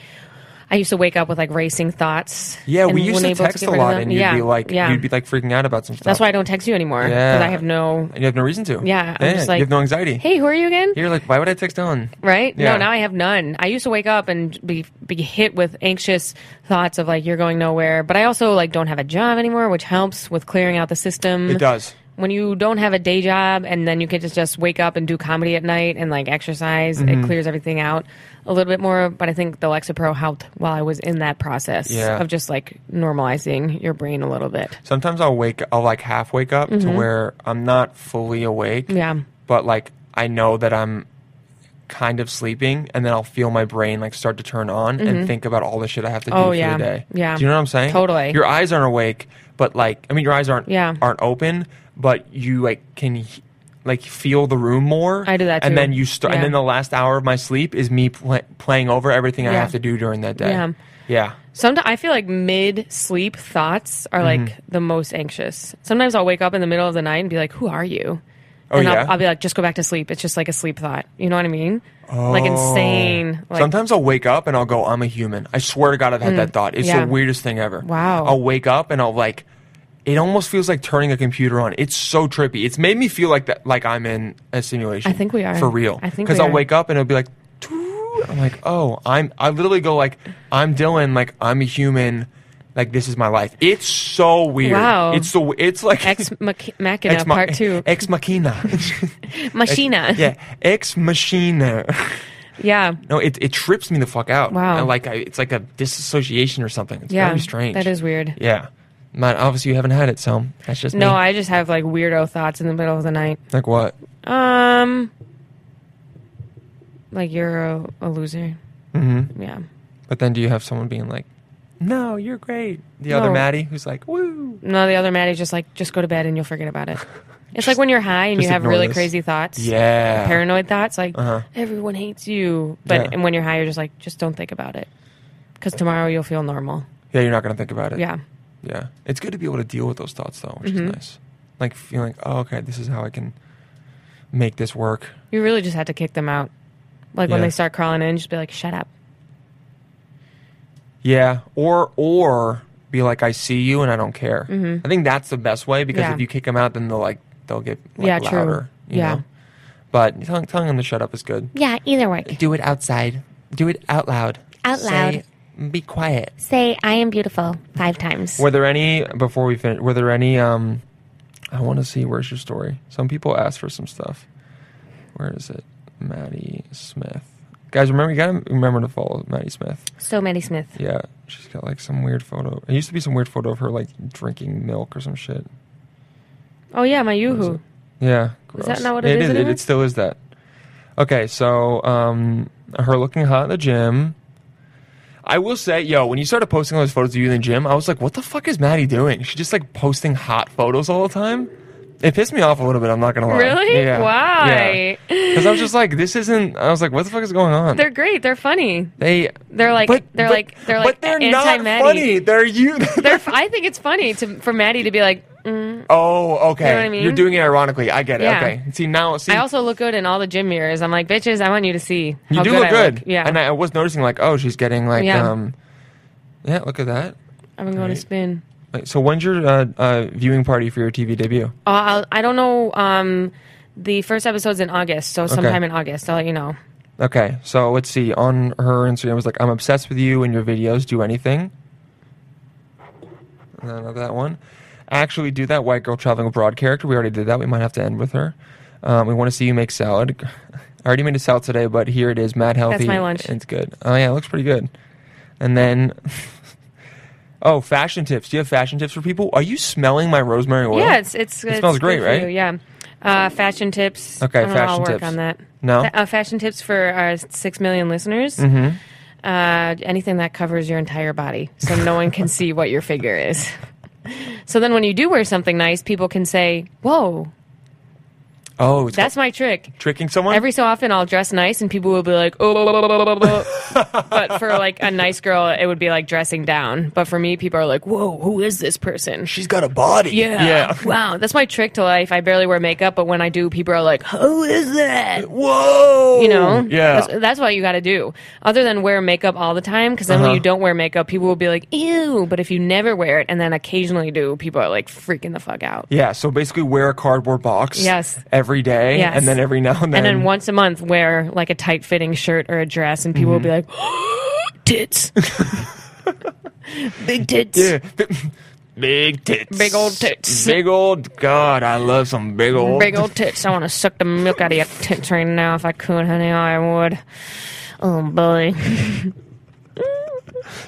I used to wake up with like racing thoughts. yeah, and we used wasn't to able text get a rid of lot, them. and you'd yeah, be like, yeah. you'd be like freaking out about some stuff. That's why I don't text you anymore because Yeah. I have no. And you have no reason to. Yeah, I'm just like- you have no anxiety. Hey, who are you again? You're like, why would I text Ellen? right? Yeah. No, now I have none. I used to wake up and be be hit with anxious thoughts of like you're going nowhere, but I also like don't have a job anymore, which helps with clearing out the system. It does. When you don't have a day job and then you can just just wake up and do comedy at night and like exercise, Mm-hmm. it clears everything out a little bit more, but I think the Lexapro helped while I was in that process Yeah. of just like normalizing your brain a little bit. Sometimes I'll wake, I'll like half wake up to where I'm not fully awake. Mm-hmm. Yeah. But like I know that I'm kind of sleeping, and then I'll feel my brain like start to turn on and think about all the shit I have to do Mm-hmm. Oh, for yeah. the day. Yeah. Do you know what I'm saying? Totally. Your eyes aren't awake, but like I mean, your eyes aren't Yeah. aren't open, but you like can. he- Like feel the room more. I do that and too. then you start. And Yeah. then the last hour of my sleep is me pl- playing over everything I Yeah. have to do during that day. Yeah. Yeah. Sometimes I feel like mid sleep thoughts are like Mm-hmm. the most anxious. Sometimes I'll wake up in the middle of the night and be like, "Who are you?" Oh, and yeah? I'll, I'll be like, "Just go back to sleep." It's just like a sleep thought. You know what I mean? Like insane. Like, Oh. Mm. Sometimes I'll wake up and I'll go, I'm a human. I swear to God, I've had that thought. It's yeah. the weirdest thing ever. Wow. I'll wake up and I'll like, it almost feels like turning a computer on. It's so trippy. It's made me feel like that, like I'm in a simulation. I think we are. for real. I think because we I'll are. wake up and it'll be like, "Toot." I'm like, oh, I'm. I literally go like, I'm Dylan. Like I'm a human. Like this is my life. It's so weird. Wow. It's the. It's like (laughs) Ex Mach- Machina ma- Part Two. (laughs) Ex Machina. (laughs) Machina. (laughs) yeah. Ex Machina. (laughs) (laughs) yeah. No, it, it trips me the fuck out. Wow. And like I, it's like a disassociation or something. It's Yeah. very strange. That is weird. Yeah. Matt, obviously you haven't had it, so that's just No, me. I just have like weirdo thoughts in the middle of the night. like what? Um, like you're a, a loser. Mm-hmm. Yeah. But then do you have someone being like, "No, you're great." The other No. Maddie who's like, "Woo." No, the other Maddie's just like, just go to bed and you'll forget (laughs) about it. It's like when you're high and you just have ignore really this. crazy thoughts. Yeah. Paranoid thoughts, like Uh-huh. everyone hates you. But Yeah. and when you're high, you're just like, just don't think about it. Because tomorrow you'll feel normal. Yeah, you're not gonna think about it. Yeah. Mm-hmm. Yeah. It's good to be able to deal with those thoughts though, which is nice. Like feeling, oh, okay, this is how I can make this work. You really just had to kick them out. Like when Yeah. they start crawling in, just be like, shut up. Yeah, or or be like, I see you and I don't care. I think that's the best way because Mm-hmm. Yeah. if you kick them out, then they'll like they'll get like, Yeah, true. louder. You Yeah. know? but telling telling them to shut up is good. Yeah, either work. Do it outside. Do it out loud. Out Say- be quiet. Say, I am beautiful five times. Were there any before we finish? Were there any? Um, I want to see where's your story. Some people asked for some stuff. Where is it, Maddie Smith? Guys, remember you gotta remember to follow Maddie Smith. So Maddie Smith. Yeah, she's got like some weird photo. It used to be some weird photo of her like drinking milk or some shit. Oh, yeah, my Yoo-hoo. Yeah, Is gross. that not what it is It, anymore? it still is that. Okay, so um, her looking hot in the gym. I will say, yo, when you started posting all those photos of you in the gym, I was like, what the fuck is Maddie doing? She's just like posting hot photos all the time. It pissed me off a little bit. I'm not gonna lie. Really? Yeah. Why? Because I was just like, this isn't. I was like, what the fuck is going on? They're great. They're funny. they they're like- they're like- they're but like they're not anti-Maddie. funny. They're you. (laughs) They're, f- I think it's funny to, for Maddie to be like, Mm. Oh, okay. You know what I mean? are doing it ironically. I get it. Yeah. Okay. See now, see, I also look good in all the gym mirrors. I'm like, bitches, I want you to see. you how do good look I good. Yeah. And I, I was noticing like, oh, she's getting like, Yeah. um, yeah. Look at that. I've been going Right. to spin. Wait, so when's your uh, uh, viewing party for your TV debut? Uh, I'll- I don't know. Um, The first episode's in August, so sometime in August, I'll let you know. Okay, so let's see. On her Instagram, it was like, "I'm obsessed with you and your videos. Do anything." None of that one. Actually, do that white girl traveling abroad character. We already did that. We might have to end with her. Um, we want to see you make salad. (laughs) I already made a salad today, but here it is, mad healthy. my lunch. It's good. Oh yeah, it looks pretty good. And then, (laughs) oh, fashion tips. Do you have fashion tips for people? Are you smelling my rosemary oil? yeah, it's it's it smells it's great, good for right? you, Yeah. Uh, fashion tips. Okay, I don't know, I'll fashion work tips. on that. No? Mm-hmm. Fa- uh, fashion tips for our six million listeners. Uh, anything that covers your entire body, so no one can see what your figure is. (laughs) So then, when you do wear something nice, people can say, "Whoa, Oh, it's that's my trick." tricking someone. Every so often, I'll dress nice, and people will be like, "Oh," blah, blah, blah, blah, blah, (laughs) blah." but for like a nice girl, it would be like dressing down. But for me, people are like, "Whoa, who is this person?" She's got a body. Yeah. Yeah. Wow. That's my trick to life. I barely wear makeup, but when I do, people are like, who is that? Whoa. You know? Yeah. That's, that's what you got to do. Other than wear makeup all the time, because then when Uh-huh. you don't wear makeup, people will be like, ew. But if you never wear it and then occasionally do, people are like freaking the fuck out. Yeah, so basically wear a cardboard box Yes. every day Yes. and then every now and then And then once a month, wear like a tight fitting shirt or a dress, and Mm-hmm. people will be like, (laughs) Tits. Big tits. yeah. (laughs) big tits. Big old tits. Big old god, I love some big old big old tits. I want to suck the milk out of your tits right now. If I could, honey, I would. Oh, boy.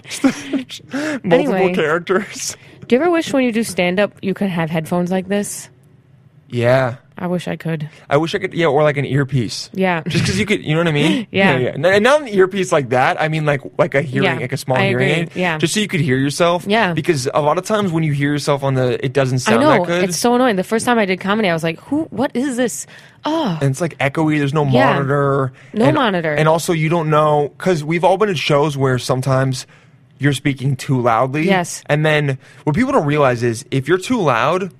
(laughs) multiple anyway. characters. Do you ever wish when you do stand up you could have headphones like this? Yeah. I wish I could. I wish I could yeah, or like an earpiece. Yeah. Just cuz you could, you know what I mean? (laughs) Yeah. yeah. No, And not an earpiece like that. I mean like like a hearing Yeah, like a small I hearing agree, aid. yeah. Just so you could hear yourself. Yeah. Because a lot of times when you hear yourself on the it doesn't I sound know. that good. It's so annoying. The first time I did comedy, I was like, who, what is this? Oh, and it's like echoey. There's no Yeah. monitor. No and, monitor. And also, you don't know because we've all been at shows where sometimes you're speaking too loudly. Yes. And then what people don't realize is if you're too loud,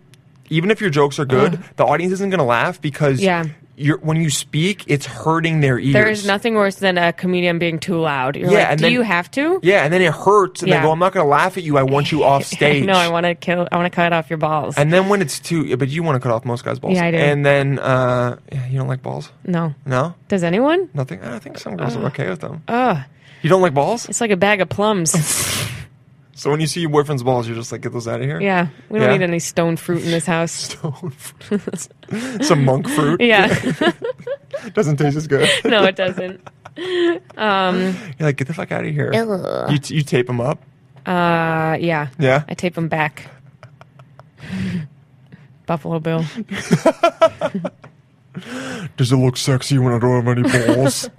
even if your jokes are good, the audience isn't going to laugh because Yeah. you're when you speak, it's hurting their ears. there is nothing worse than a comedian being too loud. You're Yeah, like, and do then- you have to? Yeah, and then it hurts, and they Yeah. go, "I'm not going to laugh at you. I want (laughs) you off stage." no, I want to kill, I want to cut off your balls. And then when it's too, but you want to cut off most guys' balls. Yeah, I do. And then uh, yeah, you don't like balls. no. No, Does anyone? nothing. I think some Uh, girls are okay with them. Ugh. You don't like balls? It's like a bag (laughs) of plums. So when you see your boyfriend's balls, you're just like, get those out of here. (laughs) yeah. We don't Yeah. need any stone fruit in (laughs) this house. Some monk fruit. Yeah. (laughs) Doesn't taste as good. (laughs) no, it doesn't. You're like, get the fuck out of here. Ew. You, t- you tape them up. Uh, yeah. Yeah. I tape them back. (laughs) Buffalo Bill. Does it look sexy when I don't have any (laughs) balls? (laughs)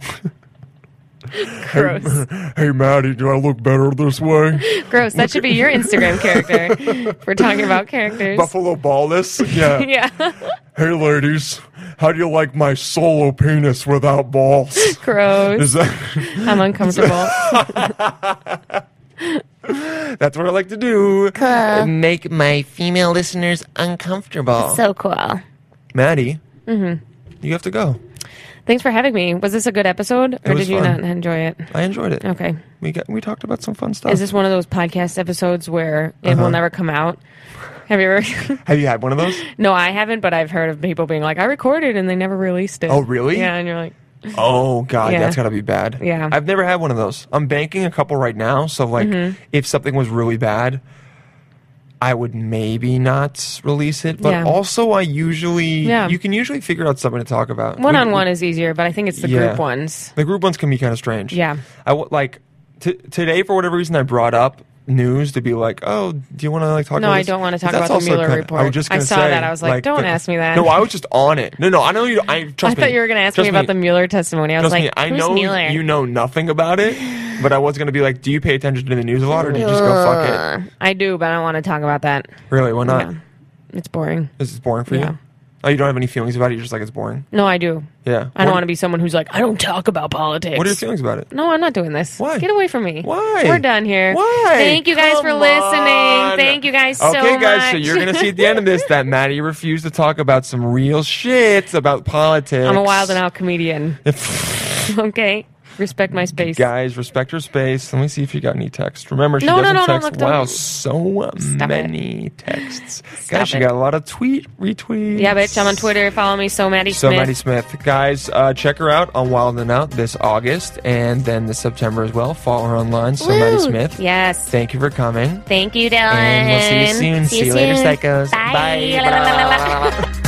Gross. hey, Maddie, do I look better this way? (laughs) Gross. That should be your Instagram character. (laughs) If We're talking about characters. Buffalo ballless? Yeah. (laughs) Yeah. Hey, ladies, how do you like my solo penis without balls? (laughs) Gross. Is that? (laughs) I'm uncomfortable. That's what I like to do. Cool. Make my female listeners uncomfortable. So cool. Maddie, Mm-hmm. you have to go. Thanks for having me. Was this a good episode or was did you fun. not enjoy it? I enjoyed it. Okay. We got we talked about some fun stuff. Is this one of those podcast episodes where it Uh-huh. will never come out? Have you ever? (laughs) Have you had one of those? no, I haven't, but I've heard of people being like, I recorded and they never released it. Oh, really? Yeah, and you're like, Oh god, Yeah. that's gotta be bad. Yeah. I've never had one of those. I'm banking a couple right now, so like Mm-hmm. if something was really bad, I would maybe not release it. But Yeah. also I usually Yeah. you can usually figure out something to talk about. one on We- one is easier, but I think it's the Yeah. group ones. The group ones can be kind of strange. Yeah. I w- like t- today for whatever reason I brought up news to be like, oh, do you want to like talk? No, about I this? don't wanna talk That's about the also Mueller kinda- I report. was just I gonna saw say, that. I was like, don't the- ask me that. No, I was just on it. No, no, I know you. I trust I thought me. you were going to ask Trust me about the Mueller testimony. I was Trust like, me, I who's know Mueller? you know nothing about it, but I was gonna be like, do you pay attention to the news a lot, or do you just go fuck it? I do, but I don't want to talk about that. Really, why not? No. It's boring. This is boring for Yeah. you. Oh, you don't have any feelings about it. You're just like it's boring. No, I do. Yeah. I don't want to be someone who's like, I don't talk about politics. What are your feelings about it? no, I'm not doing this. Why? Get away from me. Why? We're done here. Why? Thank you guys for Come on. listening. Thank you guys so much. okay, guys, so you're going to see at the end of (laughs) this that Maddie refused to talk about some real shit about politics. I'm a wild and out comedian. (laughs) okay. Respect my space. Guys, respect your space. Let me see if you got any texts. Remember, she No, no, doesn't no, don't text. look, don't wow, look. so Stop many texts. Guys, she it. got a lot of tweet retweets. Yeah, bitch. I'm on Twitter. Follow me. So Maddie So Smith. Maddie Smith, guys, uh, check her out on Wild and Out this August and then this September as well. Follow her online. So Maddie Woo! Smith, Yes. thank you for coming. Thank you, Dylan. And we'll see you soon. See you later, psychos. Bye. Bye.